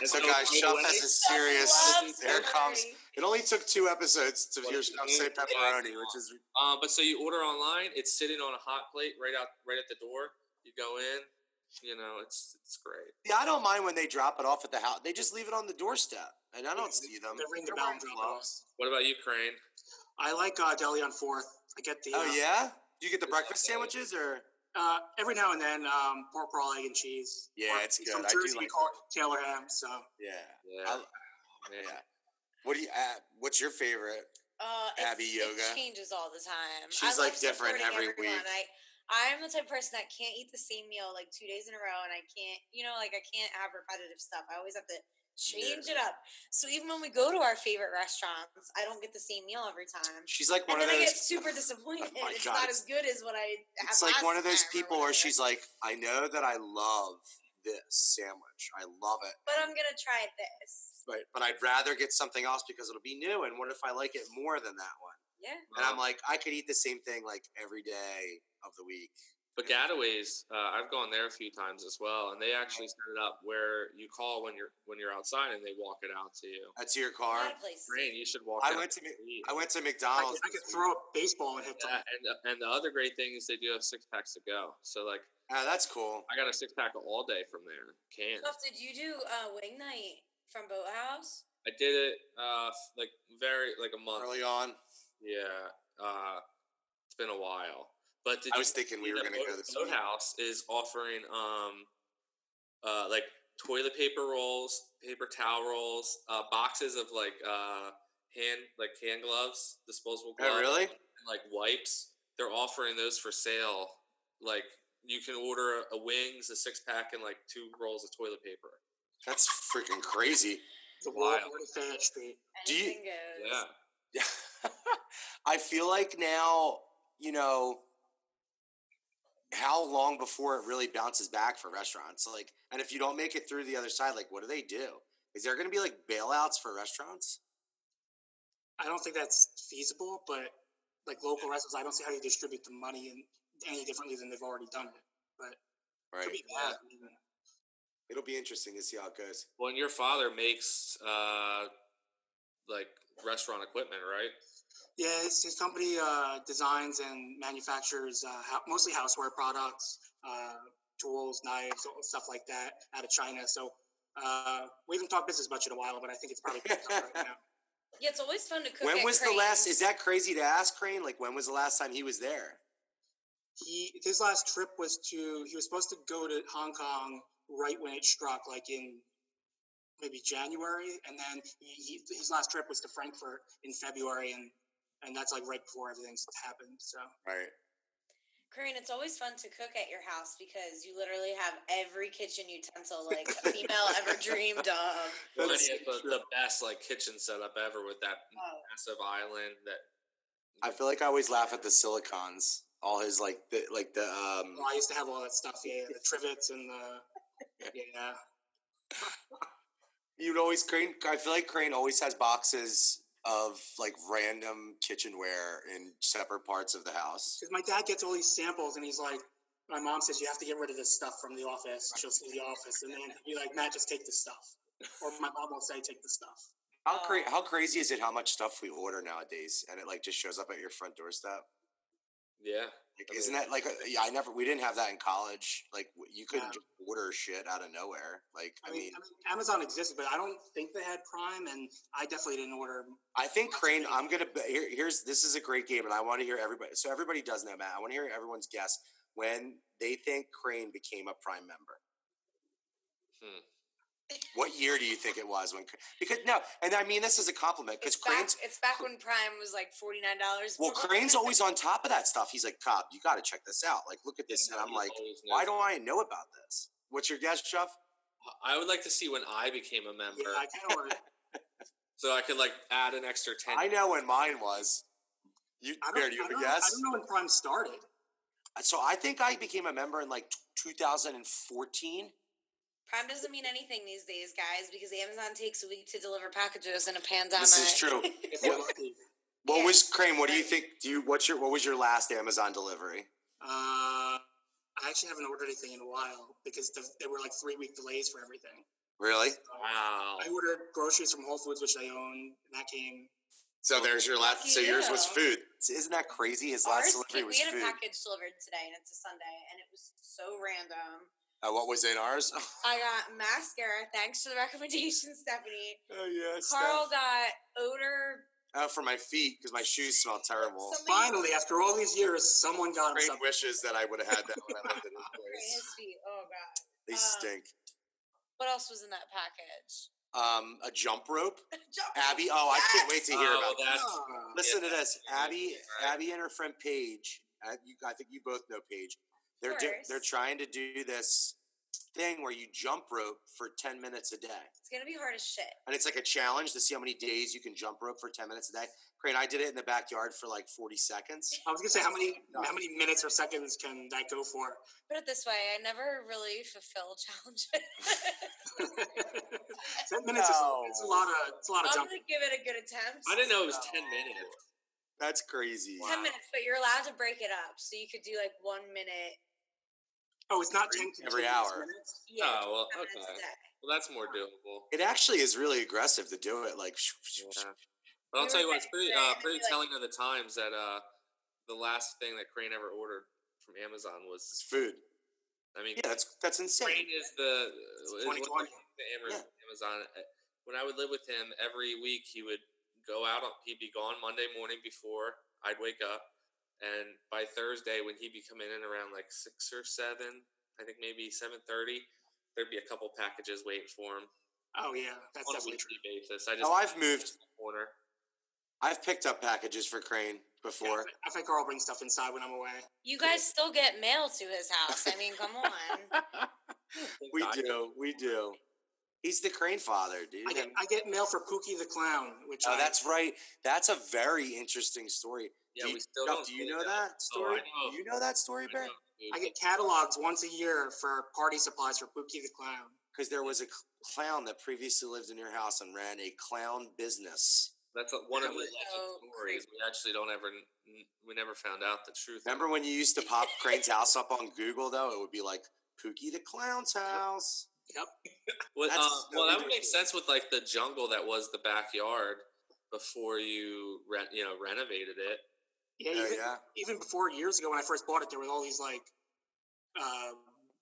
[SPEAKER 4] And
[SPEAKER 3] So guys,
[SPEAKER 4] right
[SPEAKER 3] Chef
[SPEAKER 4] away-
[SPEAKER 3] has a
[SPEAKER 6] Chef
[SPEAKER 3] serious.
[SPEAKER 6] loves
[SPEAKER 3] Here
[SPEAKER 6] delivery.
[SPEAKER 3] comes. It only took two episodes to
[SPEAKER 4] What
[SPEAKER 3] hear
[SPEAKER 4] is
[SPEAKER 3] Chef
[SPEAKER 4] it?
[SPEAKER 3] say
[SPEAKER 4] Yeah.
[SPEAKER 3] pepperoni, which is
[SPEAKER 4] Uh, but so you order online, it's sitting on a hot plate right out, right at the door. You go in, you know, it's it's great.
[SPEAKER 3] yeah. I don't mind when they drop it off at the house. They just leave it on the doorstep, and I don't see them.
[SPEAKER 5] They ring the
[SPEAKER 3] They're
[SPEAKER 5] bell
[SPEAKER 3] wearing
[SPEAKER 5] and drop it
[SPEAKER 3] gloves.
[SPEAKER 4] What about you, Crane?
[SPEAKER 5] I like uh, Deli on Fourth. I get the uh,
[SPEAKER 3] Oh yeah. Do you get the
[SPEAKER 4] It's
[SPEAKER 3] breakfast
[SPEAKER 4] okay.
[SPEAKER 3] sandwiches or?
[SPEAKER 5] uh, every now and then um, pork roll, egg and cheese.
[SPEAKER 3] Yeah,
[SPEAKER 5] Or
[SPEAKER 3] it's
[SPEAKER 5] From
[SPEAKER 3] good. I do
[SPEAKER 5] Jersey, we
[SPEAKER 3] like
[SPEAKER 5] call it Taylor ham. So
[SPEAKER 3] Yeah.
[SPEAKER 4] Yeah,
[SPEAKER 3] I-
[SPEAKER 4] man.
[SPEAKER 3] yeah. What do you? Uh, what's your favorite?
[SPEAKER 6] Uh, it's-
[SPEAKER 3] Abby
[SPEAKER 6] It
[SPEAKER 3] Yoga.
[SPEAKER 6] changes all the time.
[SPEAKER 3] She's,
[SPEAKER 6] love
[SPEAKER 3] like, different
[SPEAKER 6] supporting
[SPEAKER 3] every
[SPEAKER 6] everyone.
[SPEAKER 3] week.
[SPEAKER 6] I, I'm the type of person that can't eat the same meal like two days in a row, and I can't, you know, like I can't have repetitive stuff. I always have to change it up. So even when we go to our favorite restaurants, I don't get the same meal every time.
[SPEAKER 3] She's like one
[SPEAKER 6] and then
[SPEAKER 3] of those.
[SPEAKER 6] I get super disappointed.
[SPEAKER 3] Oh my
[SPEAKER 6] it's
[SPEAKER 3] God,
[SPEAKER 6] not
[SPEAKER 3] it's-
[SPEAKER 6] as good as what I.
[SPEAKER 3] It's
[SPEAKER 6] have
[SPEAKER 3] like one
[SPEAKER 6] last
[SPEAKER 3] of those
[SPEAKER 6] time or
[SPEAKER 3] people where
[SPEAKER 6] whatever.
[SPEAKER 3] she's like, I know that I love this sandwich. I love it.
[SPEAKER 6] But I'm gonna try this.
[SPEAKER 3] But, but I'd rather get something else because it'll be new. And what if I like it more than that one?
[SPEAKER 6] Yeah.
[SPEAKER 3] And
[SPEAKER 4] Um,
[SPEAKER 3] I'm like, I could eat the same thing like every day of the week.
[SPEAKER 4] But Gataways, uh, I've gone there a few times as well, and they actually set it up where you call when you're when you're outside, and they walk it out to you.
[SPEAKER 3] That's Uh, your
[SPEAKER 6] A
[SPEAKER 3] car.
[SPEAKER 6] lot of places.
[SPEAKER 4] Crane, you should walk.
[SPEAKER 3] I
[SPEAKER 4] out
[SPEAKER 3] went to
[SPEAKER 4] and eat.
[SPEAKER 3] I went to
[SPEAKER 5] I
[SPEAKER 3] McDonald's.
[SPEAKER 5] could, I could
[SPEAKER 3] this
[SPEAKER 5] throw
[SPEAKER 3] week.
[SPEAKER 5] a baseball and hit
[SPEAKER 4] Yeah,
[SPEAKER 5] them.
[SPEAKER 4] and and the other great thing is they do have six packs to go. So like,
[SPEAKER 3] Ah, that's cool.
[SPEAKER 4] I got a six pack of all day from there. Can
[SPEAKER 6] Stuff, did you do uh, wing night from Boathouse?
[SPEAKER 4] I did it uh f- like very like a month.
[SPEAKER 3] Early on,
[SPEAKER 4] Yeah, uh, it's been a while. But did
[SPEAKER 3] I
[SPEAKER 4] you
[SPEAKER 3] was thinking we
[SPEAKER 4] see
[SPEAKER 3] were
[SPEAKER 4] that
[SPEAKER 3] going to go
[SPEAKER 4] Boat-
[SPEAKER 3] this week.
[SPEAKER 4] Boathouse is offering um, uh, like toilet paper rolls, paper towel rolls, uh, boxes of like uh hand like hand gloves, disposable gloves.
[SPEAKER 3] Oh, really?
[SPEAKER 4] and, like wipes. They're offering those for sale. Like you can order a, a wings, a six pack, and like two rolls of toilet paper.
[SPEAKER 3] That's freaking crazy.
[SPEAKER 5] The wild
[SPEAKER 4] Wild.
[SPEAKER 5] Fayette Street.
[SPEAKER 3] Do you-
[SPEAKER 6] Anything goes.
[SPEAKER 4] Yeah,
[SPEAKER 3] I feel like now, you know, how long before it really bounces back for restaurants? Like, and if you don't make it through the other side, like, what do they do? Is there going to be like bailouts for restaurants?
[SPEAKER 5] I don't think that's feasible, but like local restaurants, I don't see how you distribute the money in any differently than they've already done it.
[SPEAKER 3] Right.
[SPEAKER 5] Could be bad. I mean,
[SPEAKER 3] It'll be interesting to see how it goes.
[SPEAKER 4] When your father makes uh, like restaurant equipment, right?
[SPEAKER 5] Yeah, his, his company uh, designs and manufactures uh, hou- mostly houseware products, uh, tools, knives, all- stuff like that out of China. So uh, we haven't talked business much in a while, but I think it's probably picked up right now.
[SPEAKER 6] Yeah, it's always fun to cook.
[SPEAKER 3] when
[SPEAKER 6] at
[SPEAKER 3] was the last?
[SPEAKER 6] Crane's.
[SPEAKER 3] Is that crazy to ask, Crane? Like, when was the last time he was there?
[SPEAKER 5] He his last trip was to he was supposed to go to Hong Kong right when it struck, like in maybe January, and then he, he, his last trip was to Frankfurt in February, and and that's like right before everything's happened. So
[SPEAKER 3] Right.
[SPEAKER 6] Corinne, it's always fun to cook at your house because you literally have every kitchen utensil like a female ever dreamed of.
[SPEAKER 4] Well,
[SPEAKER 3] That's
[SPEAKER 4] it is uh, the, the best like kitchen setup ever with that
[SPEAKER 6] Oh,
[SPEAKER 4] massive island that
[SPEAKER 3] I feel like I always laugh at the Silicons. All his like, the, like the um.
[SPEAKER 5] well, I used to have all that stuff, yeah, the trivets and the yeah.
[SPEAKER 3] You'd always Crane. I feel like Crane always has boxes of like random kitchenware in separate parts of the house.
[SPEAKER 5] Because my dad gets all these samples, and he's like, my mom says you have to get rid of this stuff from the office. She'll see the office, and then he'll be like, Matt, just take the stuff. Or my mom will say, take the stuff.
[SPEAKER 3] How
[SPEAKER 5] Oh.
[SPEAKER 3] cra- how crazy is it how much stuff we order nowadays and it like just shows up at your front doorstep?
[SPEAKER 4] Yeah.
[SPEAKER 3] Like,
[SPEAKER 4] I mean-
[SPEAKER 3] isn't that like a- yeah, I never we didn't have that in college. Like w- you couldn't
[SPEAKER 5] Yeah.
[SPEAKER 3] just order shit out of nowhere. Like
[SPEAKER 5] I
[SPEAKER 3] I
[SPEAKER 5] mean,
[SPEAKER 3] mean,
[SPEAKER 5] I mean, Amazon existed, but I don't think they had Prime, and I definitely didn't order.
[SPEAKER 3] I think Crane. I'm gonna be- here, here's this is a great game, and I want to hear everybody. So everybody does know, Matt. I want to hear everyone's guess when they think Crane became a Prime member.
[SPEAKER 4] Hmm.
[SPEAKER 3] What year do you think it was when? Cr- Because no, and I mean this is a compliment because
[SPEAKER 6] It's back,
[SPEAKER 3] Crane's
[SPEAKER 6] it's back when Prime was like forty nine dollars.
[SPEAKER 3] well, Crane's always on top of that stuff. He's like, Cobb, you got to check this out. Like, look at this, and I'm
[SPEAKER 4] He
[SPEAKER 3] like,
[SPEAKER 4] always knows
[SPEAKER 3] why don't I know about this? What's your guess, Jeff?
[SPEAKER 4] I would like to see when I became a member,
[SPEAKER 5] Yeah, I kind of ordered.
[SPEAKER 4] so I could like add an extra ten.
[SPEAKER 3] I know when mine was. You,
[SPEAKER 5] I don't,
[SPEAKER 3] Bear, do you
[SPEAKER 5] I,
[SPEAKER 3] have a
[SPEAKER 5] don't, I
[SPEAKER 3] guess?
[SPEAKER 5] don't know when Prime started.
[SPEAKER 3] So I think I became a member in like 2014.
[SPEAKER 6] Prime doesn't mean anything these days, guys, because Amazon takes a week to deliver packages in a pandemic.
[SPEAKER 3] This is true.
[SPEAKER 5] If you're
[SPEAKER 3] What-
[SPEAKER 5] lucky.
[SPEAKER 3] What
[SPEAKER 6] Yeah.
[SPEAKER 3] was Crane? What do you
[SPEAKER 6] Right.
[SPEAKER 3] think? Do you what's your what was your last Amazon delivery?
[SPEAKER 5] Uh, I actually haven't ordered anything in a while because the, there were like three week delays for everything.
[SPEAKER 3] Really?
[SPEAKER 4] Wow.
[SPEAKER 5] I ordered groceries from Whole Foods, which I own. And that came.
[SPEAKER 3] So there's your last. So yours was
[SPEAKER 6] Yeah.
[SPEAKER 3] food. Isn't that crazy? His
[SPEAKER 6] Ours
[SPEAKER 3] last
[SPEAKER 6] came-
[SPEAKER 3] delivery was
[SPEAKER 6] we had
[SPEAKER 3] food.
[SPEAKER 6] a package delivered today, and it's a Sunday, and it was so random.
[SPEAKER 3] Uh, what was in ours? Oh,
[SPEAKER 6] I got mascara thanks to the recommendation, Stephanie.
[SPEAKER 3] oh yes.
[SPEAKER 6] Carl got odor.
[SPEAKER 3] Oh, for my feet because my shoes smell terrible.
[SPEAKER 6] Something
[SPEAKER 5] Finally, after all these years, someone got him
[SPEAKER 3] Crane
[SPEAKER 5] something.
[SPEAKER 3] wishes that I would have had that when I lived in this
[SPEAKER 6] for
[SPEAKER 3] place.
[SPEAKER 6] his feet. Oh god.
[SPEAKER 3] They
[SPEAKER 6] Um,
[SPEAKER 3] stink.
[SPEAKER 6] What else was in that package?
[SPEAKER 3] Um, a jump rope.
[SPEAKER 6] Jump-
[SPEAKER 3] Abby. Oh, I can't wait to hear
[SPEAKER 4] Oh,
[SPEAKER 3] about that.
[SPEAKER 4] that's
[SPEAKER 5] Ah.
[SPEAKER 3] Listen
[SPEAKER 4] Yeah,
[SPEAKER 3] to this,
[SPEAKER 4] that's
[SPEAKER 3] Abby.
[SPEAKER 4] amazing, right?
[SPEAKER 3] Abby and her friend Paige. I, you, I think you both know Paige. They're
[SPEAKER 6] Of
[SPEAKER 3] do,
[SPEAKER 6] course.
[SPEAKER 3] they're trying to do this thing where you jump rope for ten minutes a day,
[SPEAKER 6] It's gonna be hard as shit.
[SPEAKER 3] and it's like a challenge to see how many days you can jump rope for ten minutes a day. Crane, I did it in the backyard for like forty seconds.
[SPEAKER 5] I was gonna say how many how many minutes or seconds can that go for?
[SPEAKER 6] Put it this way, I never really fulfill challenges.
[SPEAKER 5] Ten minutes
[SPEAKER 3] No.
[SPEAKER 5] is it's a lot of it's a lot of
[SPEAKER 6] I'm
[SPEAKER 5] jumping.
[SPEAKER 6] gonna give it a good attempt.
[SPEAKER 4] I didn't know it was ten minutes.
[SPEAKER 3] That's crazy.
[SPEAKER 6] Ten minutes, but you're allowed to break it up, so you could do like one minute.
[SPEAKER 5] Oh, it's not
[SPEAKER 3] Every-
[SPEAKER 5] ten
[SPEAKER 3] every
[SPEAKER 5] continuous
[SPEAKER 3] hour.
[SPEAKER 5] minutes?
[SPEAKER 6] Yeah,
[SPEAKER 4] Oh well,
[SPEAKER 6] ten minutes
[SPEAKER 4] okay.
[SPEAKER 6] a day.
[SPEAKER 4] Well, that's more doable.
[SPEAKER 3] It actually is really aggressive to do it. Like,
[SPEAKER 4] Yeah. But I'll
[SPEAKER 6] We
[SPEAKER 4] tell you
[SPEAKER 6] were
[SPEAKER 4] what, it's pretty,
[SPEAKER 6] getting there,
[SPEAKER 4] uh,
[SPEAKER 6] and
[SPEAKER 4] pretty
[SPEAKER 6] then we, like-
[SPEAKER 4] telling of the times that uh, the last thing that Crane ever ordered from Amazon
[SPEAKER 3] it's
[SPEAKER 4] was.
[SPEAKER 3] food.
[SPEAKER 4] I mean,
[SPEAKER 3] Yeah, that's that's insane.
[SPEAKER 4] Crane is the is one of
[SPEAKER 5] 2020.
[SPEAKER 4] the Amazon. Amazon. Uh, When I would live with him every week, he would go out. on- He'd be gone Monday morning before I'd wake up, and by Thursday, when he'd be coming in around like six or seven, I think maybe seven thirty, there'd be a couple packages waiting for him
[SPEAKER 5] Oh yeah, that's
[SPEAKER 4] on a
[SPEAKER 5] definitely true.
[SPEAKER 4] weekly basis. I just
[SPEAKER 3] Oh, I've moved.
[SPEAKER 4] corner.
[SPEAKER 3] I've picked up packages for Crane
[SPEAKER 5] Yeah,
[SPEAKER 3] before.
[SPEAKER 5] I think Carl brings stuff inside when I'm away.
[SPEAKER 6] You guys still get mail to his house. I mean, come on.
[SPEAKER 3] we do. We do. He's the Crane father, dude.
[SPEAKER 5] I get I get mail for Pookie the Clown, which
[SPEAKER 3] Oh,
[SPEAKER 5] I,
[SPEAKER 3] that's right. That's a very interesting story.
[SPEAKER 4] Yeah,
[SPEAKER 3] do you,
[SPEAKER 4] we still
[SPEAKER 3] Jeff,
[SPEAKER 4] don't.
[SPEAKER 3] do you
[SPEAKER 4] get
[SPEAKER 3] know
[SPEAKER 4] it.
[SPEAKER 3] that story?
[SPEAKER 4] Oh, I know.
[SPEAKER 3] Do you know that story,
[SPEAKER 4] I
[SPEAKER 3] Bear?
[SPEAKER 4] know.
[SPEAKER 5] I get catalogs once a year for party supplies for Pookie the Clown.
[SPEAKER 3] Because there was a cl- clown that previously lived in your house and ran a clown business.
[SPEAKER 4] That's a, one of the
[SPEAKER 5] That was
[SPEAKER 4] legend
[SPEAKER 6] so
[SPEAKER 4] stories. We actually don't ever. n- We never found out the truth.
[SPEAKER 3] Remember when you used to pop Crane's house up on Google? Though it would be like Pookie the Clown's house.
[SPEAKER 4] Well,
[SPEAKER 3] That's
[SPEAKER 4] uh,
[SPEAKER 3] so
[SPEAKER 4] well, that would make
[SPEAKER 3] ridiculous.
[SPEAKER 4] sense with like the jungle that was the backyard before you re- you know renovated it.
[SPEAKER 5] Yeah,
[SPEAKER 3] Yeah,
[SPEAKER 5] even,
[SPEAKER 3] yeah.
[SPEAKER 5] even before years ago when I first bought it, there was all these like uh,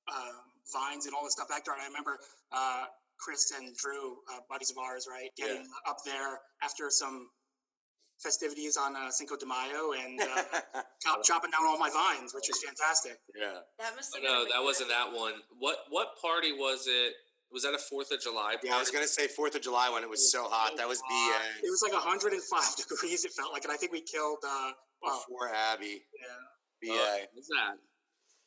[SPEAKER 5] uh, vines and all this stuff back there. And I remember uh, Chris and Drew, uh, buddies of ours, right, getting up there after some festivities on uh, Cinco de Mayo and uh, chop, chopping down all my vines, which was fantastic.
[SPEAKER 3] yeah.
[SPEAKER 6] That must
[SPEAKER 4] Oh,
[SPEAKER 6] have been.
[SPEAKER 4] no,
[SPEAKER 6] a
[SPEAKER 4] that
[SPEAKER 6] big-
[SPEAKER 4] wasn't that one. What what party was it? Was that a Fourth of July party?
[SPEAKER 3] Yeah, I was gonna say Fourth of July when it was so hot. Ah, That was
[SPEAKER 5] It
[SPEAKER 3] BA
[SPEAKER 5] was like 105 degrees. It felt like, and I think we killed. Uh, well,
[SPEAKER 3] before Abby.
[SPEAKER 5] yeah.
[SPEAKER 3] BA.
[SPEAKER 4] Oh, what was that?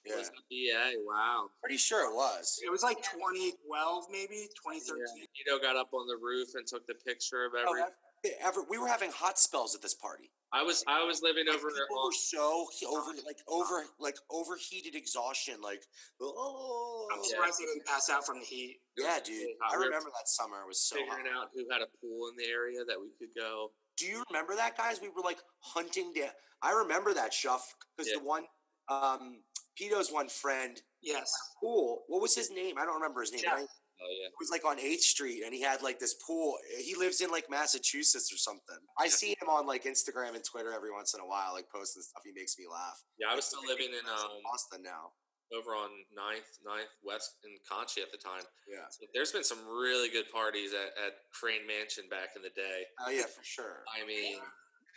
[SPEAKER 3] yeah.
[SPEAKER 4] Was that BA? Wow.
[SPEAKER 3] Pretty sure it was.
[SPEAKER 5] It was like
[SPEAKER 6] Yeah.
[SPEAKER 5] 2012, maybe 2013.
[SPEAKER 4] Yeah. Tito got up on the roof and took the picture of
[SPEAKER 3] Oh,
[SPEAKER 4] every.
[SPEAKER 3] that- ever, we were having hot spells at this party.
[SPEAKER 4] I was I was living
[SPEAKER 3] Like,
[SPEAKER 4] over
[SPEAKER 3] people
[SPEAKER 4] on
[SPEAKER 3] were so he- over like over like overheated exhaustion like oh
[SPEAKER 5] I'm surprised they didn't pass out from the heat.
[SPEAKER 3] yeah dude
[SPEAKER 4] hot.
[SPEAKER 3] i
[SPEAKER 4] We were
[SPEAKER 3] remember that summer it was so hot
[SPEAKER 4] figuring out who had a pool in the area that we could go.
[SPEAKER 3] Do you remember that, guys? We were like hunting down. I remember that Shuff because
[SPEAKER 4] Yeah.
[SPEAKER 3] the one um, Pito's one friend,
[SPEAKER 5] Yes.
[SPEAKER 3] pool. What was his name? I don't remember his name.
[SPEAKER 5] Jeff.
[SPEAKER 3] but I-
[SPEAKER 4] Oh yeah.
[SPEAKER 3] He was like on Eighth Street, and he had like this pool. He lives in like Massachusetts or something. I see him on like Instagram and Twitter every once in a while, like posting stuff. He makes me laugh.
[SPEAKER 4] Yeah, I was still living in
[SPEAKER 3] He's
[SPEAKER 4] um
[SPEAKER 3] Boston now.
[SPEAKER 4] over on 9th, 9th West in Conchi at the time.
[SPEAKER 3] Yeah.
[SPEAKER 4] So there's been some really good parties at, at Crane Mansion back in the day.
[SPEAKER 3] Oh yeah, for sure.
[SPEAKER 4] I mean,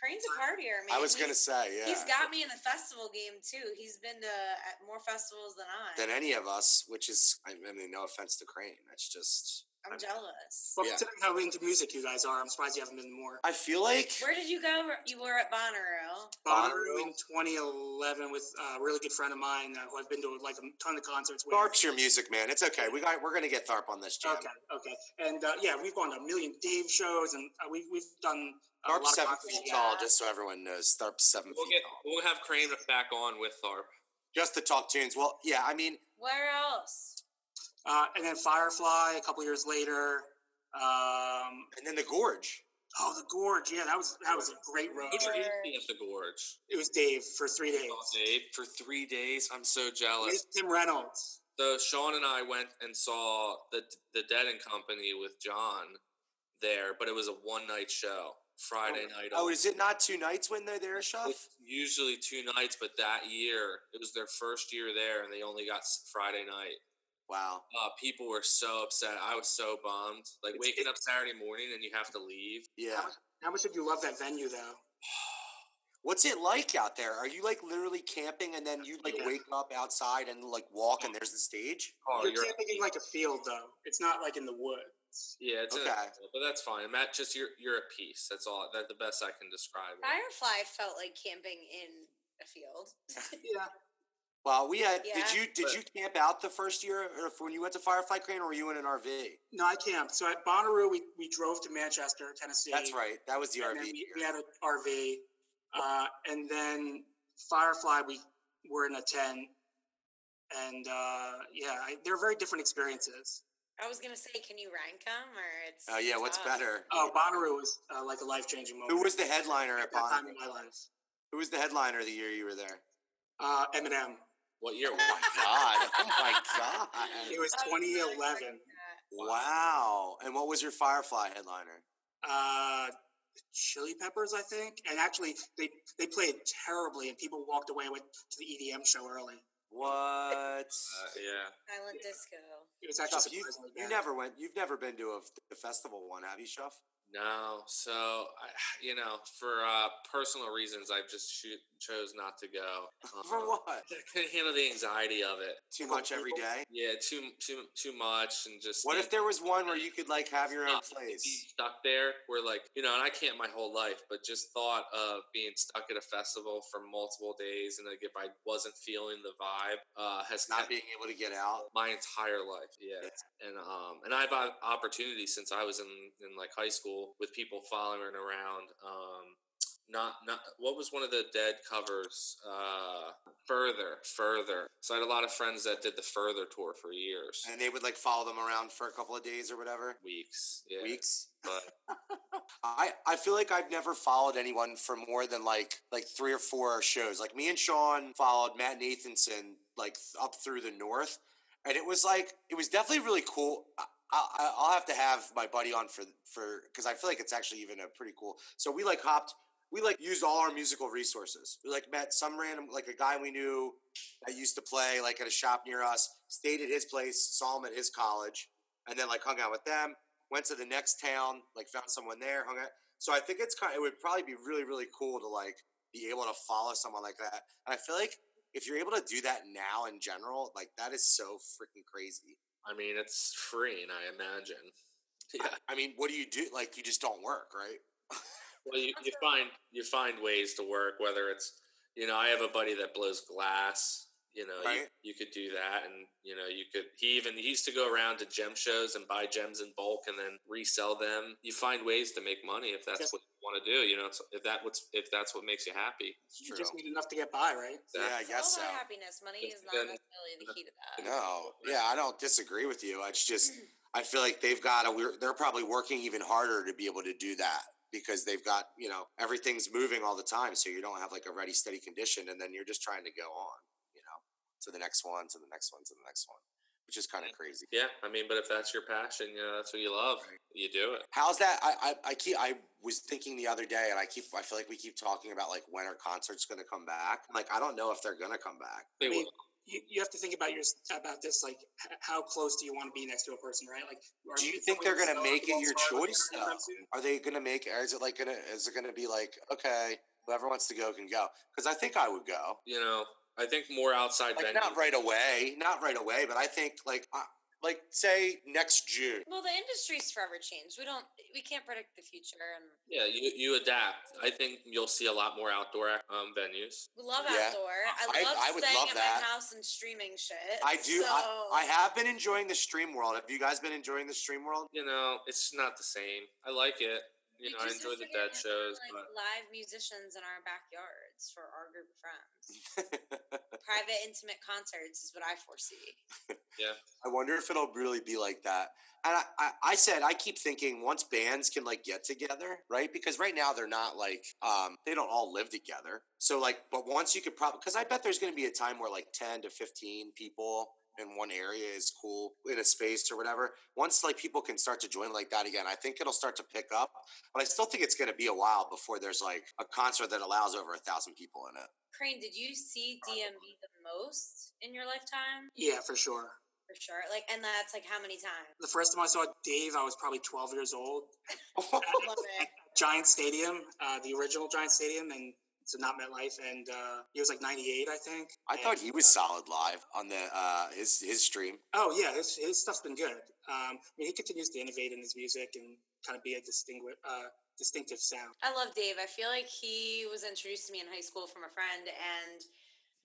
[SPEAKER 6] Crane's a partier, man.
[SPEAKER 3] I was gonna
[SPEAKER 6] He's-
[SPEAKER 3] say yeah.
[SPEAKER 6] He's got me in the festival game too. He's been to at more festivals than I.
[SPEAKER 3] than any of us, which is I mean, no offense to Crane. That's just
[SPEAKER 6] I'm jealous.
[SPEAKER 5] Well,
[SPEAKER 3] Yeah.
[SPEAKER 5] considering how into music you guys are, I'm surprised you haven't been more.
[SPEAKER 3] I feel like
[SPEAKER 6] Where did you go? You were at Bonnaroo.
[SPEAKER 5] Bonnaroo
[SPEAKER 3] Bonnaroo.
[SPEAKER 5] in 2011 with a really good friend of mine uh, who I've been to like a ton of concerts with.
[SPEAKER 3] Tharp's your music, man. It's okay. We got we're gonna get Tharp on this jam.
[SPEAKER 5] Okay, okay, and uh, yeah, we've gone to a million Dave shows, and uh, we we've done a
[SPEAKER 3] Tharp's
[SPEAKER 5] lot of
[SPEAKER 3] seven
[SPEAKER 5] concerts.
[SPEAKER 3] feet
[SPEAKER 6] Yeah.
[SPEAKER 3] tall, just so everyone knows. Tharp's 7
[SPEAKER 4] we'll
[SPEAKER 3] feet
[SPEAKER 4] get
[SPEAKER 3] tall.
[SPEAKER 4] we'll have Crane back on with Tharp.
[SPEAKER 3] Just to talk tunes. Well, yeah, I mean,
[SPEAKER 6] Where else?
[SPEAKER 5] Uh, and then Firefly a couple years later. Um,
[SPEAKER 3] and then the gorge.
[SPEAKER 5] oh, the Gorge, yeah, that was that was a great road
[SPEAKER 4] Who
[SPEAKER 5] trip.
[SPEAKER 4] trained me at the Gorge?
[SPEAKER 5] It was Dave for three days.
[SPEAKER 4] Oh, Dave, for three days, I'm so
[SPEAKER 5] With
[SPEAKER 4] jealous.
[SPEAKER 5] Tim Reynolds.
[SPEAKER 4] So Sean and I went and saw the the Dead and Company with John there, but it was a one night show, Friday night.
[SPEAKER 3] Oh,
[SPEAKER 4] only.
[SPEAKER 3] is it not two nights when they're there, Shuff?
[SPEAKER 4] It's usually two nights, but that year it was their first year there, and they only got s- Friday night.
[SPEAKER 3] Wow.
[SPEAKER 4] Uh, people were so upset. I was so bummed. Like
[SPEAKER 5] It's-
[SPEAKER 4] waking up Saturday morning and you have to leave.
[SPEAKER 3] Yeah.
[SPEAKER 5] How much did you love that venue, though?
[SPEAKER 3] What's it like out there? Are you like literally camping and then you like
[SPEAKER 5] Yeah.
[SPEAKER 3] wake up outside and like walk and there's the stage?
[SPEAKER 4] Oh,
[SPEAKER 5] you're,
[SPEAKER 4] you're
[SPEAKER 5] camping in like a field, though. It's not like in the woods.
[SPEAKER 4] yeah, it's in a-
[SPEAKER 3] Okay.
[SPEAKER 4] but that's fine. Matt, just you're you're at peace. That's all. That's the best I can describe. it.
[SPEAKER 6] Firefly felt like camping in a field.
[SPEAKER 5] Yeah,
[SPEAKER 3] Well, we had.
[SPEAKER 6] Yeah.
[SPEAKER 3] Did you did you camp out the first year or when you went to Firefly Crane, or were you in an RV?
[SPEAKER 5] no, I camped. So at Bonnaroo, we, we drove to Manchester, Tennessee.
[SPEAKER 3] That's right. That was the
[SPEAKER 5] and
[SPEAKER 3] RV.
[SPEAKER 5] then we,
[SPEAKER 3] year.
[SPEAKER 5] we had an RV, uh, and then Firefly, we were in a tent, and uh, yeah, I, they're very different experiences.
[SPEAKER 6] I was gonna say, can you rank them or it's?
[SPEAKER 3] Oh yeah,
[SPEAKER 6] it's
[SPEAKER 3] what's
[SPEAKER 6] tough.
[SPEAKER 3] better?
[SPEAKER 5] Oh, Bonnaroo was uh, like a life changing moment.
[SPEAKER 3] Who was the headliner
[SPEAKER 5] at
[SPEAKER 3] at
[SPEAKER 5] that time
[SPEAKER 3] Bonnaroo?
[SPEAKER 5] in my life?
[SPEAKER 3] Who was the headliner the year you were there?
[SPEAKER 5] Uh, Eminem.
[SPEAKER 4] What Uh, year?
[SPEAKER 3] Oh my god! Oh my
[SPEAKER 5] It
[SPEAKER 3] god!
[SPEAKER 5] was
[SPEAKER 6] I was really
[SPEAKER 5] 2011.
[SPEAKER 6] uh,
[SPEAKER 3] Wow! And what was your Firefly headliner?
[SPEAKER 5] Uh, Chili Peppers, I think, and actually they they played terribly, and people walked away with to the EDM show early.
[SPEAKER 3] What?
[SPEAKER 4] Uh, yeah.
[SPEAKER 6] Silent disco.
[SPEAKER 5] It was actually
[SPEAKER 3] Shuff, you,
[SPEAKER 5] surprisingly
[SPEAKER 3] you
[SPEAKER 5] bad.
[SPEAKER 3] never went. You've never been to a, the festival one, have you, Shuff?
[SPEAKER 4] No. So I, you know, for uh, personal reasons, I've just shoot, chose not to go.
[SPEAKER 3] For
[SPEAKER 4] Um,
[SPEAKER 3] what?
[SPEAKER 4] I couldn't handle the anxiety of it.
[SPEAKER 3] Too much every day.
[SPEAKER 4] Yeah, too too too much, and just
[SPEAKER 3] What if
[SPEAKER 4] being-
[SPEAKER 3] there was one where you could like have your own
[SPEAKER 4] not being
[SPEAKER 3] place?
[SPEAKER 4] stuck there? Where like you know, and I can't my whole life, but just thought of being stuck at a festival for multiple days, and like if I wasn't feeling the vibe, uh, has
[SPEAKER 3] Not
[SPEAKER 4] kept
[SPEAKER 3] being able to get out.
[SPEAKER 4] my entire life. Yeah. And um and I've had opportunities since I was in in like high school with people following around um not not what was one of the dead covers uh further further. So I had a lot of friends that did the further tour for years.
[SPEAKER 3] And they would like follow them around for a couple of days or whatever.
[SPEAKER 4] weeks. Yeah.
[SPEAKER 3] Weeks.
[SPEAKER 4] But
[SPEAKER 3] I, I feel like I've never followed anyone for more than like like three or four shows. Like me and Sean followed Matt Nathanson like th- up through the north, and it was like it was definitely really cool. I, I, I'll have to have my buddy on for for because I feel like it's actually even a pretty cool. So we like hopped, we like used all our musical resources. We like met some random like a guy we knew that used to play like at a shop near us. Stayed at his place, saw him at his college, and then like hung out with them went to the next town, like found someone there, hung out. So I think it's kind. It would probably be really, really cool to like be able to follow someone like that. And I feel like if you're able to do that now in general, like that is so freaking crazy.
[SPEAKER 4] I mean it's freeing, I imagine. Yeah.
[SPEAKER 3] I mean, what do you do? Like you just don't work, right?
[SPEAKER 4] Well, you, you find you find ways to work. Whether it's you know, I have a buddy that blows glass. You know,
[SPEAKER 3] Right.
[SPEAKER 4] you, you could do that, and you know, you could. He even he used to go around to gem shows and buy gems in bulk and then resell them. You find ways to make money if that's
[SPEAKER 5] Just-
[SPEAKER 4] what you want to do. You know, it's- if that what's if that's what makes you happy.
[SPEAKER 3] It's
[SPEAKER 5] You
[SPEAKER 3] true.
[SPEAKER 5] just need enough to get by, right?
[SPEAKER 3] Yeah, I
[SPEAKER 4] That's-
[SPEAKER 3] guess so.
[SPEAKER 6] All about happiness. Money
[SPEAKER 4] It's
[SPEAKER 6] is not
[SPEAKER 4] been-
[SPEAKER 6] necessarily the key to that.
[SPEAKER 3] No, yeah, I don't disagree with you. It's just I feel like they've got to. They're probably working even harder to be able to do that. because they've got you know everything's moving all the time, so you don't have like a ready, steady condition, and then you're just trying to go on, you know, to the next one, to the next one, to the next one, which is kind of crazy.
[SPEAKER 4] Yeah, I mean, but if that's your passion, you know, that's what you love, you do it.
[SPEAKER 3] How's that? I, I I keep I was thinking the other day, and I keep I feel like we keep talking about like when are concerts going to come back? Like I don't know if they're going to come back.
[SPEAKER 4] They
[SPEAKER 5] I mean,
[SPEAKER 4] will.
[SPEAKER 5] you, you have to think about your about this like h- how close do you want to be next to a person, right? Like, are
[SPEAKER 3] Do you
[SPEAKER 5] people
[SPEAKER 3] think they're
[SPEAKER 5] gonna
[SPEAKER 3] gonna
[SPEAKER 5] sell
[SPEAKER 3] make it
[SPEAKER 5] Wells
[SPEAKER 3] your
[SPEAKER 5] Fargo
[SPEAKER 3] choice,
[SPEAKER 5] anytime
[SPEAKER 3] though?
[SPEAKER 5] soon?
[SPEAKER 3] Are they going to make? Is it like gonna? Is it going to be like okay, whoever wants to go can go? Because I think I would go.
[SPEAKER 4] You know, I think more outside
[SPEAKER 3] Like
[SPEAKER 4] venues.
[SPEAKER 3] not right away, not right away, but I think like I, like say next June.
[SPEAKER 6] Well, the industry's forever changed. We don't, we can't predict the future, and
[SPEAKER 4] Yeah, you, you adapt. I think you'll see a lot more outdoor um, venues.
[SPEAKER 6] we love
[SPEAKER 3] Yeah.
[SPEAKER 6] outdoor. I,
[SPEAKER 3] I-
[SPEAKER 6] love
[SPEAKER 3] I would
[SPEAKER 6] staying
[SPEAKER 3] love
[SPEAKER 6] at
[SPEAKER 3] that.
[SPEAKER 6] my house and streaming shit.
[SPEAKER 3] I do. I,
[SPEAKER 6] so-
[SPEAKER 3] I have been enjoying the stream world. Have you guys been enjoying the stream world?
[SPEAKER 4] You know, it's not the same. I like it. You know, I
[SPEAKER 6] just
[SPEAKER 4] enjoy the
[SPEAKER 6] figured
[SPEAKER 4] dead
[SPEAKER 6] out,
[SPEAKER 4] shows,
[SPEAKER 6] like,
[SPEAKER 4] but
[SPEAKER 6] live musicians in our backyards for our group of friends. Private, intimate concerts is what I foresee.
[SPEAKER 3] I wonder if it'll really be like that. And I, I, I said I keep thinking once bands can like get together, right? Because right now they're not like um, they don't all live together. So like, but once you could probably because I bet there's going to be a time where like ten to fifteen people in one area is cool in a space or whatever. Once like people can start to join like that again, I think it'll start to pick up. But I still think it's going to be a while before there's like a concert that allows over a thousand people in it.
[SPEAKER 6] Crane, did you see DMB the most in your lifetime?
[SPEAKER 5] Yeah, for sure.
[SPEAKER 6] For sure. Like, and that's like how many times?
[SPEAKER 5] The first time I saw Dave, I was probably 12 years old.
[SPEAKER 6] Love it.
[SPEAKER 5] Giant Stadium, uh, the original Giant Stadium, and so not MetLife, and uh, he was like 98, I think.
[SPEAKER 3] I
[SPEAKER 5] And,
[SPEAKER 3] thought he was solid live on the uh, his his stream.
[SPEAKER 5] Oh yeah, his, his stuff's been good. Um, I mean, he continues to innovate in his music and kind of be a distinguish, uh, distinctive sound.
[SPEAKER 6] I love Dave. I feel like he was introduced to me in high school from a friend, and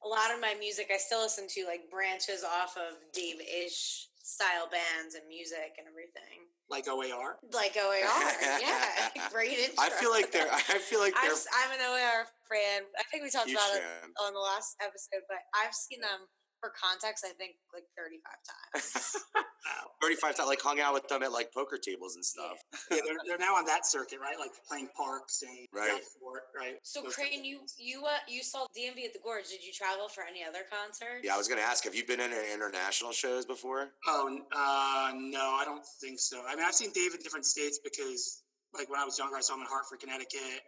[SPEAKER 6] a lot of my music I still listen to like branches off of Dave ish style bands and music and everything.
[SPEAKER 5] Like OAR,
[SPEAKER 6] Like OAR, yeah, great intro.
[SPEAKER 3] I feel like they're. I feel like
[SPEAKER 6] I
[SPEAKER 3] they're
[SPEAKER 6] just, uh, I'm an OAR fan. I think we talked
[SPEAKER 3] huge
[SPEAKER 6] about it
[SPEAKER 3] fan.
[SPEAKER 6] on the last episode, but I've seen them for context. I think like 35 times.
[SPEAKER 5] wow.
[SPEAKER 3] Thirty-five times, like hung out with them at like poker tables and stuff.
[SPEAKER 5] yeah, they're, they're now on that circuit, right? Like playing parks and
[SPEAKER 3] Right.
[SPEAKER 5] Belfort, right?
[SPEAKER 6] So
[SPEAKER 5] Those
[SPEAKER 6] Crane, you you uh, you saw DMV at the Gorge. Did you travel for any other concerts?
[SPEAKER 3] Yeah, I was gonna ask. Have you been in any international shows before?
[SPEAKER 5] Oh n- uh, no, I don't think so. I mean, I've seen Dave in different states because, like, when I was younger, I saw him in Hartford, Connecticut.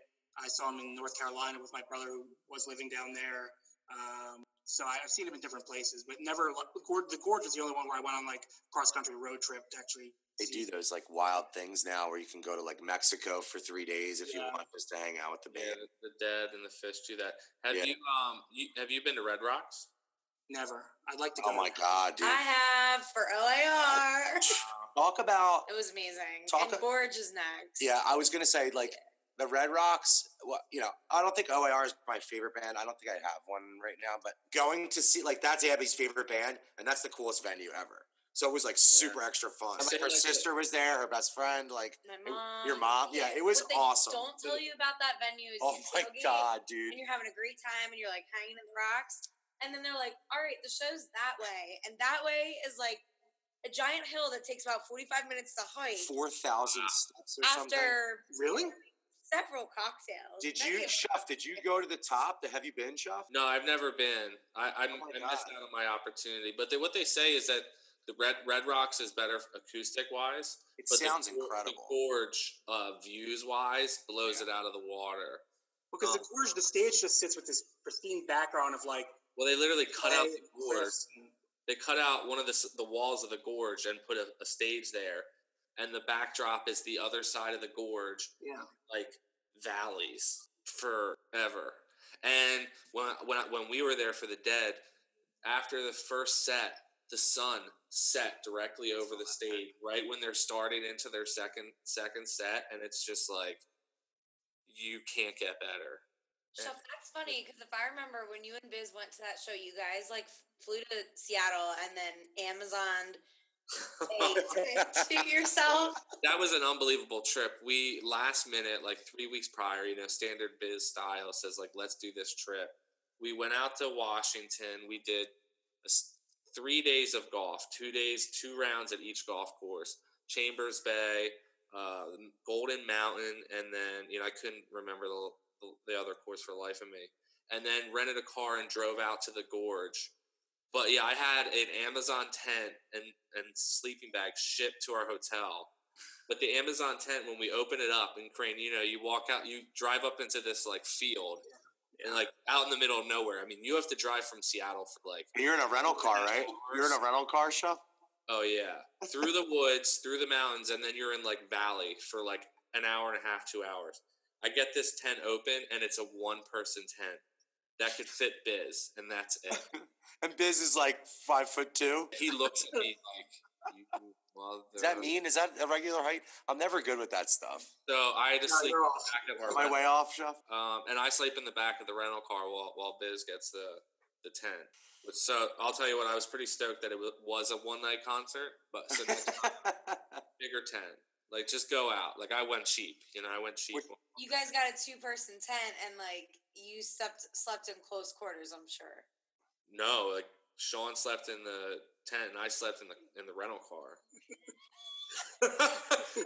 [SPEAKER 5] I saw him in North Carolina with my brother who was living down there. Um, so I, I've seen him in different places, but never. like, The Gorge, the Gorge was the only one where I went on like cross country road trip to actually.
[SPEAKER 3] They
[SPEAKER 5] see-
[SPEAKER 3] do those like wild things now, where you can go to like Mexico for three days if you
[SPEAKER 5] Yeah.
[SPEAKER 3] want, just to hang out with the
[SPEAKER 4] yeah,
[SPEAKER 3] band.
[SPEAKER 4] the dead and the fish do that. Have
[SPEAKER 3] Yeah.
[SPEAKER 4] you um you, have you been to Red Rocks?
[SPEAKER 5] Never. I'd like to go.
[SPEAKER 3] Oh my god, dude!
[SPEAKER 6] I have for OAR.
[SPEAKER 3] Talk about
[SPEAKER 6] It was amazing.
[SPEAKER 3] Talk a-
[SPEAKER 6] and Gorge is next.
[SPEAKER 3] Yeah, I was gonna say like the Red Rocks. Well, you know, I don't think OAR is my favorite band. I don't think I have one right now. But going to see like that's Abby's favorite band, and that's the coolest venue ever. So it was like super extra fun. And, like,
[SPEAKER 4] Say,
[SPEAKER 3] her
[SPEAKER 4] like, the-
[SPEAKER 3] sister was there, her best friend, like
[SPEAKER 6] My
[SPEAKER 3] it-
[SPEAKER 6] mom.
[SPEAKER 3] your mom. Yeah, it was
[SPEAKER 6] What they
[SPEAKER 3] awesome.
[SPEAKER 6] Don't tell you about that venue. Is
[SPEAKER 3] Oh
[SPEAKER 6] you
[SPEAKER 3] my
[SPEAKER 6] tailgate
[SPEAKER 3] god, dude!
[SPEAKER 6] And you're having a great time, and you're like hanging in the rocks, and then they're like, "All right, the show's that way," and that way is like a giant hill that takes about 45 minutes to hike
[SPEAKER 3] Four thousand
[SPEAKER 4] "Ah,
[SPEAKER 3] steps or something.
[SPEAKER 6] after
[SPEAKER 5] Really?
[SPEAKER 6] several cocktails.
[SPEAKER 3] Did
[SPEAKER 6] That
[SPEAKER 3] you,
[SPEAKER 6] is-
[SPEAKER 3] Shuff? Did you go to the top? The Have you been, Shuff?
[SPEAKER 4] No, I've never been. I I'm,
[SPEAKER 3] Oh my
[SPEAKER 4] I missed
[SPEAKER 3] God.
[SPEAKER 4] out on my opportunity. But they, what they say is that the Red Red Rocks is better acoustic wise.
[SPEAKER 3] It
[SPEAKER 4] but the
[SPEAKER 3] sounds
[SPEAKER 4] gor-
[SPEAKER 3] incredible.
[SPEAKER 4] The gorge uh, views wise blows it out of the water.
[SPEAKER 5] Because the Gorge, the stage just sits with this pristine background of like
[SPEAKER 4] Well, they literally cut out
[SPEAKER 5] clay
[SPEAKER 4] the
[SPEAKER 5] and
[SPEAKER 4] gorge.
[SPEAKER 5] cliffs and-
[SPEAKER 4] They cut out one of the s- the walls of the gorge and put a, a stage there, and the backdrop is the other side of the gorge,
[SPEAKER 5] Yeah.
[SPEAKER 4] like valleys forever. And when when when we were there for the dead, after the first set, the sun set directly over the stage right when they're starting into their second second set, and it's just like you can't get better.
[SPEAKER 6] Shuff, that's funny because if I remember when you and Biz went to that show, you guys like flew to Seattle and then Amazoned a ticket to yourself.
[SPEAKER 4] that was an unbelievable trip. We last minute, like three weeks prior, you know, standard biz style says like, let's do this trip. We went out to Washington. We did a s- three days of golf, two days, two rounds at each golf course, Chambers Bay, uh, Golden Mountain, and then you know I couldn't remember the the other course for the life of me. And then rented a car and drove out to the gorge. But yeah, I had an Amazon tent and and sleeping bag shipped to our hotel. But the Amazon tent, when we open it up in Crane, you know, you walk out, you drive up into this like field, and like out in the middle of nowhere. I mean, you have to drive from Seattle for like
[SPEAKER 3] And you're in a rental car, right? You're in a rental car, Chef?
[SPEAKER 4] Oh yeah, through the woods, through the mountains, and then you're in like valley for like an hour and a half, two hours. I get this tent open, and it's a one person tent that could fit Biz, and that's it.
[SPEAKER 3] And Biz is like five foot two.
[SPEAKER 4] He looks at me like, you mother.
[SPEAKER 3] Does that mean? Is that a regular height? I'm never good with that stuff.
[SPEAKER 4] So I had to
[SPEAKER 5] No,
[SPEAKER 4] sleep
[SPEAKER 5] you're off.
[SPEAKER 4] in the back
[SPEAKER 3] Am
[SPEAKER 4] of our
[SPEAKER 3] I way
[SPEAKER 4] rental,
[SPEAKER 3] off, Chef?
[SPEAKER 4] um, and I sleep in the back of the rental car while while Biz gets the the tent. Which- So I'll tell you what, I was pretty stoked that it wa- was a one night concert, but so next time, bigger tent. Like just go out. Like I went cheap. You know, I went cheap.
[SPEAKER 3] Which-
[SPEAKER 6] You guys got a two person tent and like you slept slept in close quarters, I'm sure.
[SPEAKER 4] No, like Sean slept in the tent and I slept in the in the rental car.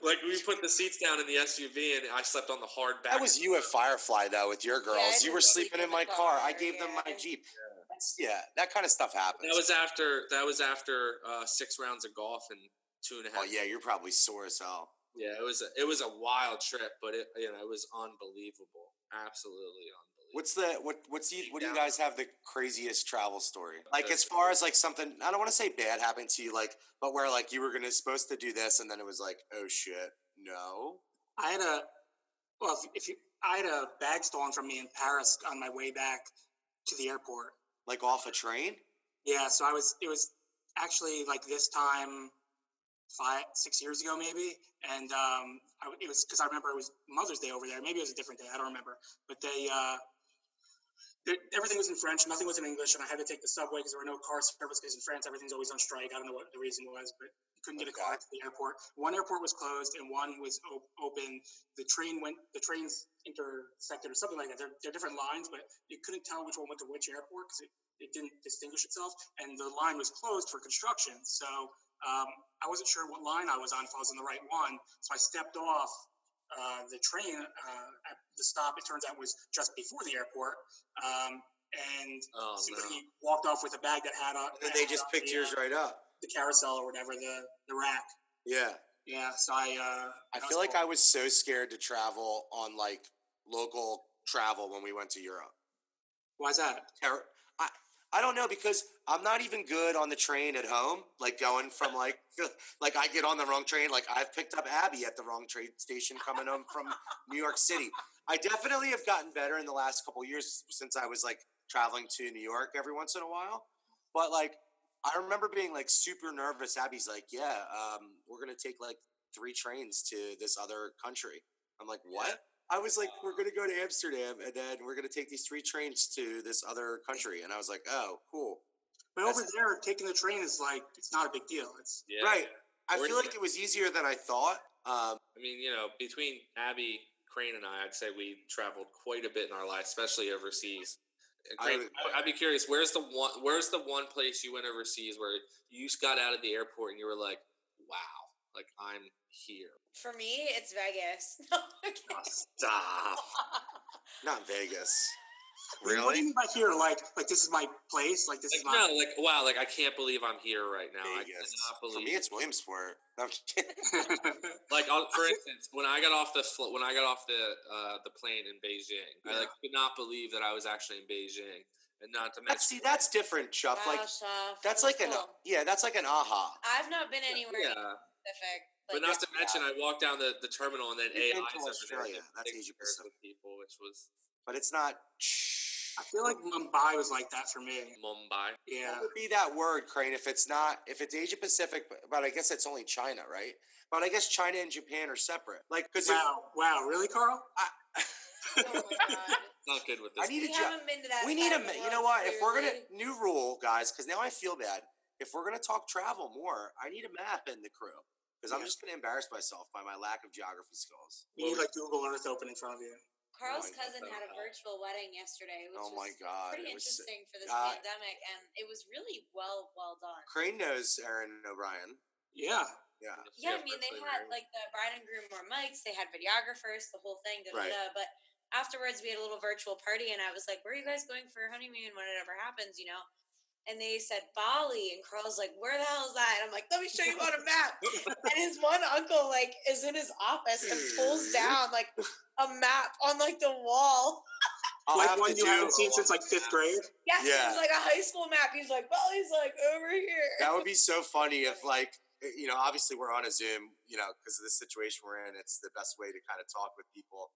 [SPEAKER 4] like we put the seats down in the SUV and I slept on the hard back.
[SPEAKER 3] That was you at Firefly though with your
[SPEAKER 6] Yeah, I
[SPEAKER 3] girls. you were
[SPEAKER 6] didn't sleep
[SPEAKER 3] sleeping
[SPEAKER 6] in
[SPEAKER 3] in
[SPEAKER 6] the
[SPEAKER 3] my car. I
[SPEAKER 6] car,
[SPEAKER 3] gave them my
[SPEAKER 6] yeah.
[SPEAKER 3] Jeep. That's- yeah, that kind of stuff happens.
[SPEAKER 4] That was after that was after uh, six rounds of golf and two and a half.
[SPEAKER 3] oh yeah, you're probably sore as hell.
[SPEAKER 4] yeah. It was a, it was a wild trip, but it you know it was unbelievable, absolutely unbelievable.
[SPEAKER 3] What's the what what's the, what do you
[SPEAKER 4] Down.
[SPEAKER 3] guys have the craziest travel story? Like
[SPEAKER 4] Okay.
[SPEAKER 3] as far as like something I don't want to say bad happened to you, like but where like you were gonna supposed to do this and then it was like, oh shit, no.
[SPEAKER 5] I had a well, if, if you, I had a bag stolen from me in Paris on my way back to the airport.
[SPEAKER 3] Like off a train?
[SPEAKER 5] Yeah, so I was. It was actually like this time five, six years ago, maybe. And um, I, it was because I remember it was Mother's Day over there. Maybe it was a different day. I don't remember. But they, uh, they everything was in French. Nothing was in English, and I had to take the subway because there were no car service. Because in France, everything's always on strike. I don't know what the reason was, but you couldn't get a car to the airport. One airport was closed, and one was op- open. The train went. The trains intersected or something like that. They're, they're different lines, but you couldn't tell which one went to which airport because it, it didn't distinguish itself, and the line was closed for construction. So um, I wasn't sure what line I was on, if I was on the right one. So I stepped off uh, the train. Uh, at the stop, it turns out, was just before the airport. Um, and
[SPEAKER 4] Oh
[SPEAKER 5] somebody
[SPEAKER 4] no!
[SPEAKER 5] walked off with a bag that had on.
[SPEAKER 3] And then they just
[SPEAKER 5] had on
[SPEAKER 3] picked
[SPEAKER 5] the,
[SPEAKER 3] yours
[SPEAKER 5] uh,
[SPEAKER 3] right up.
[SPEAKER 5] The carousel or whatever, the, the rack.
[SPEAKER 3] Yeah.
[SPEAKER 5] Yeah, so I. Uh,
[SPEAKER 3] I
[SPEAKER 5] that was
[SPEAKER 3] feel like
[SPEAKER 5] cool.
[SPEAKER 3] I was so scared to travel on like local travel when we went to Europe.
[SPEAKER 5] Why is that?
[SPEAKER 3] Terror- I I don't know because I'm not even good on the train at home. Like going from like like I get on the wrong train. Like I've picked up Abby at the wrong train station coming home from New York City. I definitely have gotten better in the last couple years since I was like traveling to New York every once in a while. But like I remember being like super nervous. Abby's like, "Yeah, um, we're gonna take like three trains to this other country." I'm like, "What?" I was like, "We're gonna go to Amsterdam, and then we're gonna take these three trains to this other country." And I was like, "Oh, cool."
[SPEAKER 5] But over there, taking the train is like, it's not a big deal. It's
[SPEAKER 4] Yeah.
[SPEAKER 3] Right. I
[SPEAKER 4] Where
[SPEAKER 3] feel
[SPEAKER 4] did
[SPEAKER 3] like
[SPEAKER 4] you-
[SPEAKER 3] it was easier than I thought. Um,
[SPEAKER 4] I mean, you know, between Abby, Crane, and I, I'd say we traveled quite a bit in our lives, especially overseas. And
[SPEAKER 3] I
[SPEAKER 4] Crane,
[SPEAKER 3] would-
[SPEAKER 4] I I'd be curious, where's the one? Where's the one place you went overseas where you just got out of the airport and you were like, "Wow, like I'm here."
[SPEAKER 6] For me, it's Vegas. Oh No, I'm kidding.
[SPEAKER 4] Stop.
[SPEAKER 3] not Vegas.
[SPEAKER 5] What do you mean by here? Like, like this is my place. Like this
[SPEAKER 4] Like
[SPEAKER 5] is my.
[SPEAKER 4] no, like wow, like I can't believe I'm here right now. I
[SPEAKER 3] Vegas.
[SPEAKER 4] cannot
[SPEAKER 3] For
[SPEAKER 4] believe.
[SPEAKER 3] me, it's Williamsport. No, I'm kidding.
[SPEAKER 4] Like I'll, for instance, when I got off the fl- when I got off the uh, the plane in Beijing, I like could not believe that I was actually in Beijing, and not to mention
[SPEAKER 3] That's, see, that's different, Chuff.
[SPEAKER 6] Wow,
[SPEAKER 3] Like
[SPEAKER 6] Shaf,
[SPEAKER 3] that's
[SPEAKER 6] that was
[SPEAKER 3] like an uh,
[SPEAKER 6] cool.
[SPEAKER 3] yeah, that's like an aha.
[SPEAKER 6] I've not been anywhere
[SPEAKER 4] yeah.
[SPEAKER 6] specific.
[SPEAKER 4] But not to mention, I walked down the, the terminal and then
[SPEAKER 3] You've
[SPEAKER 4] AI
[SPEAKER 3] been
[SPEAKER 4] 's
[SPEAKER 3] to
[SPEAKER 4] over there
[SPEAKER 3] Australia.
[SPEAKER 4] and
[SPEAKER 3] That's
[SPEAKER 4] taking
[SPEAKER 3] Asia
[SPEAKER 4] pictures
[SPEAKER 3] Pacific.
[SPEAKER 4] with people, which was
[SPEAKER 3] But it's not.
[SPEAKER 5] I feel like Mumbai was like that for me.
[SPEAKER 4] Mumbai.
[SPEAKER 5] Yeah.
[SPEAKER 3] What would be that word, Crane? If it's not, if it's Asia Pacific, but, but I guess it's only China, right? But I guess China and Japan are separate. Like, because
[SPEAKER 5] Wow. Wow. Really, Carl?
[SPEAKER 6] oh my God.
[SPEAKER 4] Not good with this.
[SPEAKER 3] I need
[SPEAKER 6] we
[SPEAKER 3] a job.
[SPEAKER 6] haven't been to that.
[SPEAKER 3] We
[SPEAKER 6] side
[SPEAKER 3] need a.
[SPEAKER 6] of the
[SPEAKER 3] ma- You
[SPEAKER 6] world,
[SPEAKER 3] know what? If we're gonna
[SPEAKER 6] clearly.
[SPEAKER 3] new rule, guys, because now I feel bad. If we're gonna talk travel more, I need a map in the crew because I'm
[SPEAKER 5] Yeah.
[SPEAKER 3] just gonna embarrass myself by my lack of geography skills.
[SPEAKER 5] You need like Google Earth open in front of you.
[SPEAKER 3] Oh,
[SPEAKER 6] Carl's
[SPEAKER 3] I
[SPEAKER 6] cousin
[SPEAKER 4] don't
[SPEAKER 6] had a
[SPEAKER 4] know.
[SPEAKER 6] virtual wedding yesterday, which
[SPEAKER 3] oh
[SPEAKER 6] was
[SPEAKER 3] my god!
[SPEAKER 6] pretty
[SPEAKER 3] It was, so-
[SPEAKER 6] interesting for this
[SPEAKER 3] uh,
[SPEAKER 6] pandemic, and it was really well well done.
[SPEAKER 3] Crane knows Aaron O'Brien.
[SPEAKER 5] Yeah.
[SPEAKER 3] Yeah.
[SPEAKER 6] Yeah, I mean, they had like the bride and groom wore mics, they had videographers, the whole thing. Da, da,
[SPEAKER 3] Right.
[SPEAKER 6] da. But afterwards, we had a little virtual party, and I was like, "Where are you guys going for your honeymoon when it ever happens?" You know. And they said Bali, and Carl's like, "Where the hell is that?" And I'm like, "Let me show you on a map." and his one uncle like is in his office and pulls down like a map on like the wall.
[SPEAKER 3] I'll
[SPEAKER 5] like
[SPEAKER 3] have
[SPEAKER 5] one
[SPEAKER 3] to
[SPEAKER 5] you
[SPEAKER 3] do-
[SPEAKER 5] haven't seen since like fifth grade.
[SPEAKER 6] Yes, it
[SPEAKER 3] Yeah.
[SPEAKER 6] was like a high school map. He's like, Bali's like over here.
[SPEAKER 3] that would be so funny if like eh, you know obviously we're on a zoom you know because of the situation we're in it's the best way to kind of talk with people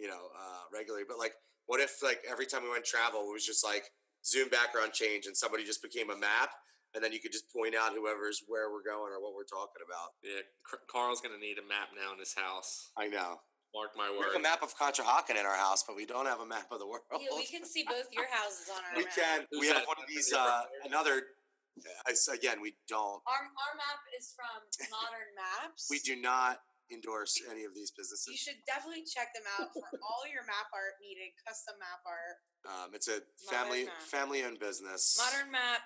[SPEAKER 3] you know uh regularly but like what if like every time we went travel it was just like zoom background change and somebody just became a map and then you could just point out whoever's where we're going or what we're talking about
[SPEAKER 4] Yeah, Car- Carl's gonna need a map now in his house.
[SPEAKER 3] i know
[SPEAKER 4] Mark my
[SPEAKER 3] we have a
[SPEAKER 4] word.
[SPEAKER 3] map of Conshohocken in our house but we don't have a map of the world
[SPEAKER 6] Yeah, we can see both your houses on our
[SPEAKER 3] we
[SPEAKER 6] map.
[SPEAKER 3] can
[SPEAKER 4] Who
[SPEAKER 3] we have
[SPEAKER 4] said
[SPEAKER 3] one of
[SPEAKER 4] that's a
[SPEAKER 3] these
[SPEAKER 4] different
[SPEAKER 3] uh
[SPEAKER 4] area?
[SPEAKER 3] another I s- again we don't
[SPEAKER 6] Our, our map is from Modern Maps.
[SPEAKER 3] we do not endorse any of these
[SPEAKER 6] You
[SPEAKER 3] businesses
[SPEAKER 6] should definitely check them out for all your map art needed, custom map art.
[SPEAKER 3] Um, it's a
[SPEAKER 6] Modern uh,
[SPEAKER 3] family
[SPEAKER 6] map.
[SPEAKER 3] family owned business.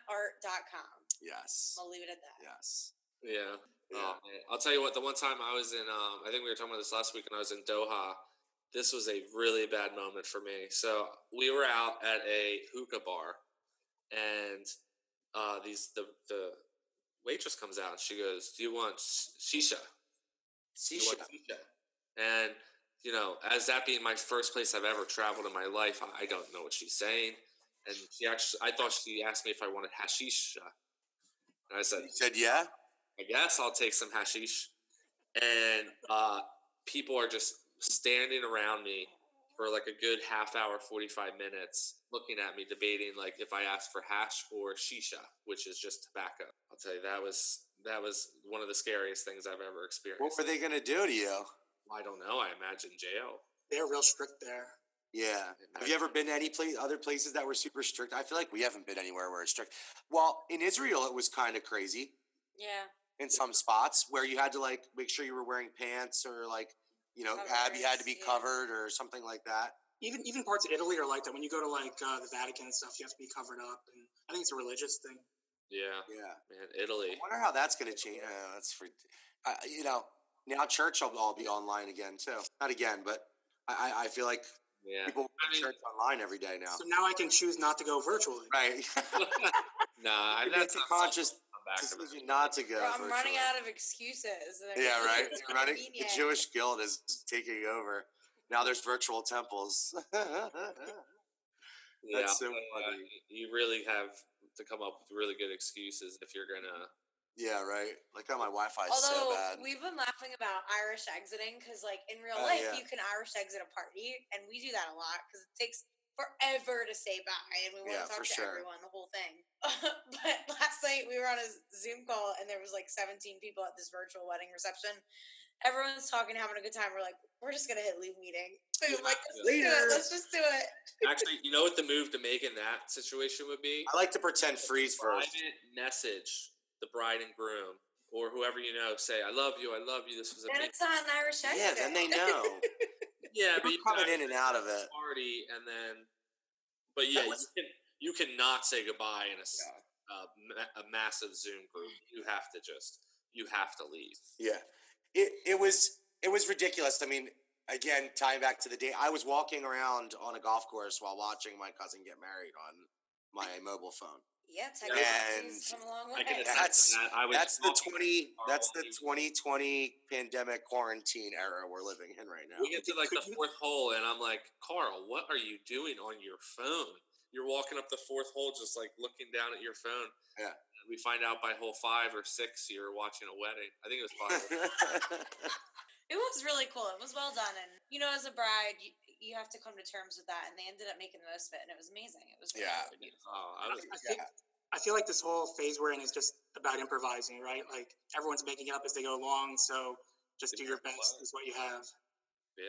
[SPEAKER 6] Modernmapart.com.
[SPEAKER 3] Yes.
[SPEAKER 6] I'll leave it at that.
[SPEAKER 3] Yes.
[SPEAKER 4] Yeah.
[SPEAKER 3] Yeah.
[SPEAKER 4] Oh, man. I'll tell you what. The one time I was in, um, I think we were talking about this last week, and I was in Doha. This was a really bad moment for me. So we were out at a hookah bar, and uh, these the the waitress comes out. and She goes, "Do you want s- shisha?"
[SPEAKER 3] See,
[SPEAKER 4] You want shisha. And you know, as that being my first place I've ever traveled in my life, I- I don't know what she's saying. And she actually, I thought she asked me if I wanted hashish. And I said,
[SPEAKER 3] she said yeah.
[SPEAKER 4] I guess I'll take some hashish. And uh, people are just standing around me for like a good half hour, 45 minutes, looking at me, debating like if I asked for hash or shisha, which is just tobacco. I'll tell you, that was that was one of the scariest things I've ever experienced.
[SPEAKER 3] What were they gonna do to you?
[SPEAKER 4] I don't know. I imagine jail.
[SPEAKER 5] They're real strict there.
[SPEAKER 3] Yeah. Have you ever been to any place, other places that were super strict? I feel like we haven't been anywhere where it's strict. Well, in Israel, it was kind of crazy
[SPEAKER 6] Yeah.
[SPEAKER 3] in some spots where you had to like make sure you were wearing pants or like you know Abby had to be
[SPEAKER 6] Covers, yeah.
[SPEAKER 3] covered or something like that.
[SPEAKER 5] Even even parts of Italy are like that. When you go to like uh, the Vatican and stuff, you have to be covered up, and I think it's a religious thing.
[SPEAKER 4] Yeah,
[SPEAKER 3] Yeah.
[SPEAKER 4] man, Italy.
[SPEAKER 3] I wonder how that's going to change. Uh, that's for, uh, you know, now church will all be online again too. Not again, but I, I- I feel like
[SPEAKER 4] Yeah.
[SPEAKER 3] people
[SPEAKER 4] I
[SPEAKER 3] go to
[SPEAKER 4] mean-
[SPEAKER 3] church online every day now.
[SPEAKER 5] So now I can choose not to go virtually.
[SPEAKER 3] Right.
[SPEAKER 4] nah,
[SPEAKER 3] You make
[SPEAKER 4] that's
[SPEAKER 3] a
[SPEAKER 4] not
[SPEAKER 3] conscious
[SPEAKER 4] something I'll come back
[SPEAKER 3] decision
[SPEAKER 4] to.
[SPEAKER 3] not to go.
[SPEAKER 6] Bro, I'm running
[SPEAKER 3] virtually.
[SPEAKER 6] out of excuses. and I
[SPEAKER 3] Yeah,
[SPEAKER 6] can't
[SPEAKER 3] right.
[SPEAKER 6] use
[SPEAKER 3] You're running- the
[SPEAKER 6] convenient.
[SPEAKER 3] Jewish guild is taking over. Now there's virtual temples.
[SPEAKER 4] Yeah,
[SPEAKER 3] That's so
[SPEAKER 4] I'll tell you, uh,
[SPEAKER 3] funny.
[SPEAKER 4] You really have to come up with really good excuses if you're gonna.
[SPEAKER 3] yeah, right. Like, oh, my Wi-Fi is so
[SPEAKER 6] Although
[SPEAKER 3] bad.
[SPEAKER 6] we've been laughing about Irish exiting because, like in real
[SPEAKER 3] Oh,
[SPEAKER 6] life,
[SPEAKER 3] yeah.
[SPEAKER 6] you can Irish exit a party, and we do that a lot because it takes forever to say bye, and we want
[SPEAKER 3] Yeah,
[SPEAKER 6] to talk
[SPEAKER 3] for
[SPEAKER 6] to
[SPEAKER 3] sure.
[SPEAKER 6] everyone, the whole thing. but last night we were on a Zoom call, and there was like 17 people at this virtual wedding reception. Everyone's talking, having a good time. We're like, we're just gonna hit leave meeting. So
[SPEAKER 4] Yeah,
[SPEAKER 6] like, let's do
[SPEAKER 3] later.
[SPEAKER 6] it. Let's just do it.
[SPEAKER 4] Actually, you know what the move to make in that situation would be?
[SPEAKER 3] I like to pretend freeze
[SPEAKER 4] Private
[SPEAKER 3] first.
[SPEAKER 4] message the bride and groom or whoever you know. Say, "I love you. I love you. This was
[SPEAKER 6] Then
[SPEAKER 4] amazing."
[SPEAKER 6] it's not an Irish exit.
[SPEAKER 3] Yeah, then they know.
[SPEAKER 4] Yeah, but
[SPEAKER 3] We're
[SPEAKER 4] you can
[SPEAKER 3] coming in and out of it.
[SPEAKER 4] party and then, but yeah,
[SPEAKER 3] was-
[SPEAKER 4] you can you cannot say goodbye in a, s- uh, ma- a massive Zoom group. You have to just you have to leave.
[SPEAKER 3] Yeah, it it was it was ridiculous. I mean, again, tying back to the day, I was walking around on a golf course while watching my cousin get married on my mobile phone.
[SPEAKER 6] Yeah, technology's
[SPEAKER 3] And
[SPEAKER 6] come a long way.
[SPEAKER 4] I can attest
[SPEAKER 3] That's-
[SPEAKER 4] to that. I was
[SPEAKER 3] That's the
[SPEAKER 4] walking-
[SPEAKER 3] twenty. That's the
[SPEAKER 4] Carl, you-
[SPEAKER 3] twenty twenty pandemic quarantine era we're living in right now.
[SPEAKER 4] We get to like the
[SPEAKER 5] Could you-
[SPEAKER 4] fourth hole, and I'm like, Carl, what are you doing on your phone? You're walking up the fourth hole, just like looking down at your phone.
[SPEAKER 3] Yeah.
[SPEAKER 4] And we find out by hole five or six, you're watching a wedding. I think it was five.
[SPEAKER 6] It was really cool. It was well done, and you know, as a bride, you, you have to come to terms with that. And they ended up making the most of it, and it was amazing. It was really,
[SPEAKER 3] Yeah.
[SPEAKER 6] really beautiful.
[SPEAKER 4] oh, I
[SPEAKER 5] I,
[SPEAKER 4] was.
[SPEAKER 5] I think I feel like this whole phase we're in is just about improvising, right? Like everyone's making up as they go along, so just do your best is what you have.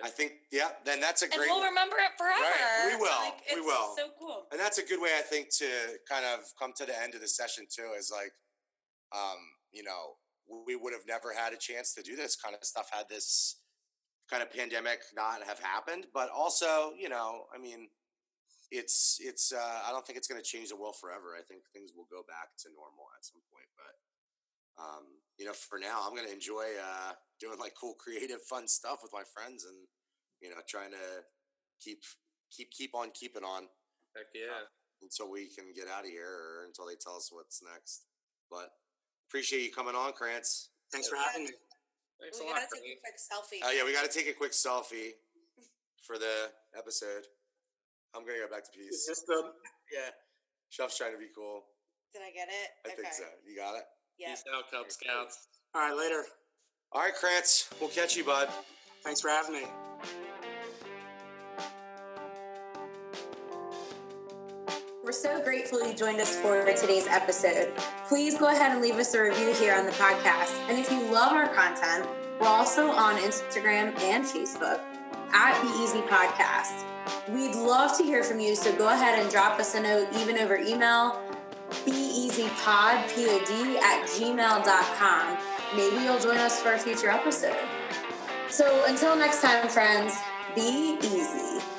[SPEAKER 3] I think. Yeah. Then that's a
[SPEAKER 6] And
[SPEAKER 3] great.
[SPEAKER 6] we'll remember it forever.
[SPEAKER 3] Right, we will,
[SPEAKER 6] Like,
[SPEAKER 3] we
[SPEAKER 6] it's
[SPEAKER 3] will.
[SPEAKER 6] So cool.
[SPEAKER 3] and that's a good way i think to kind of come to the end of the session too is like um you know we would have never had a chance to do this kind of stuff had this kind of pandemic not have happened but also you know i mean it's it's uh i don't think it's going to change the world forever i think things will go back to normal at some point but um, you know, for now, I'm going to enjoy uh, doing like cool, creative, fun stuff with my friends, and you know, trying to keep keep keep on keeping on
[SPEAKER 4] Heck yeah.
[SPEAKER 3] until we can get out of here or until they tell us what's next. But appreciate you coming on, Krantz.
[SPEAKER 5] Thanks for having me.
[SPEAKER 4] Thanks
[SPEAKER 6] We
[SPEAKER 4] a lot.
[SPEAKER 6] gotta take
[SPEAKER 4] Courtney.
[SPEAKER 6] a quick selfie.
[SPEAKER 3] Oh yeah, we got to take a quick selfie for the episode. I'm gonna go back to
[SPEAKER 5] Is
[SPEAKER 3] peace.
[SPEAKER 5] this the
[SPEAKER 3] Yeah, Chef's trying to be cool.
[SPEAKER 6] Did I get it?
[SPEAKER 3] I think so. You got it.
[SPEAKER 6] Yeah.
[SPEAKER 4] Peace out, Cub Scouts.
[SPEAKER 5] All right, later.
[SPEAKER 3] All right, Krantz. We'll catch you, bud.
[SPEAKER 5] Thanks for having me.
[SPEAKER 7] We're so grateful you joined us for today's episode. Please go ahead and leave us a review here on the podcast. And if you love our content, we're also on Instagram and Facebook at Be Easy Podcast. We'd love to hear from you, so go ahead and drop us a note, even over email, beeasypod, P-O-D, at gmail.com. Maybe you'll join us for a future episode. So until next time, friends, be easy.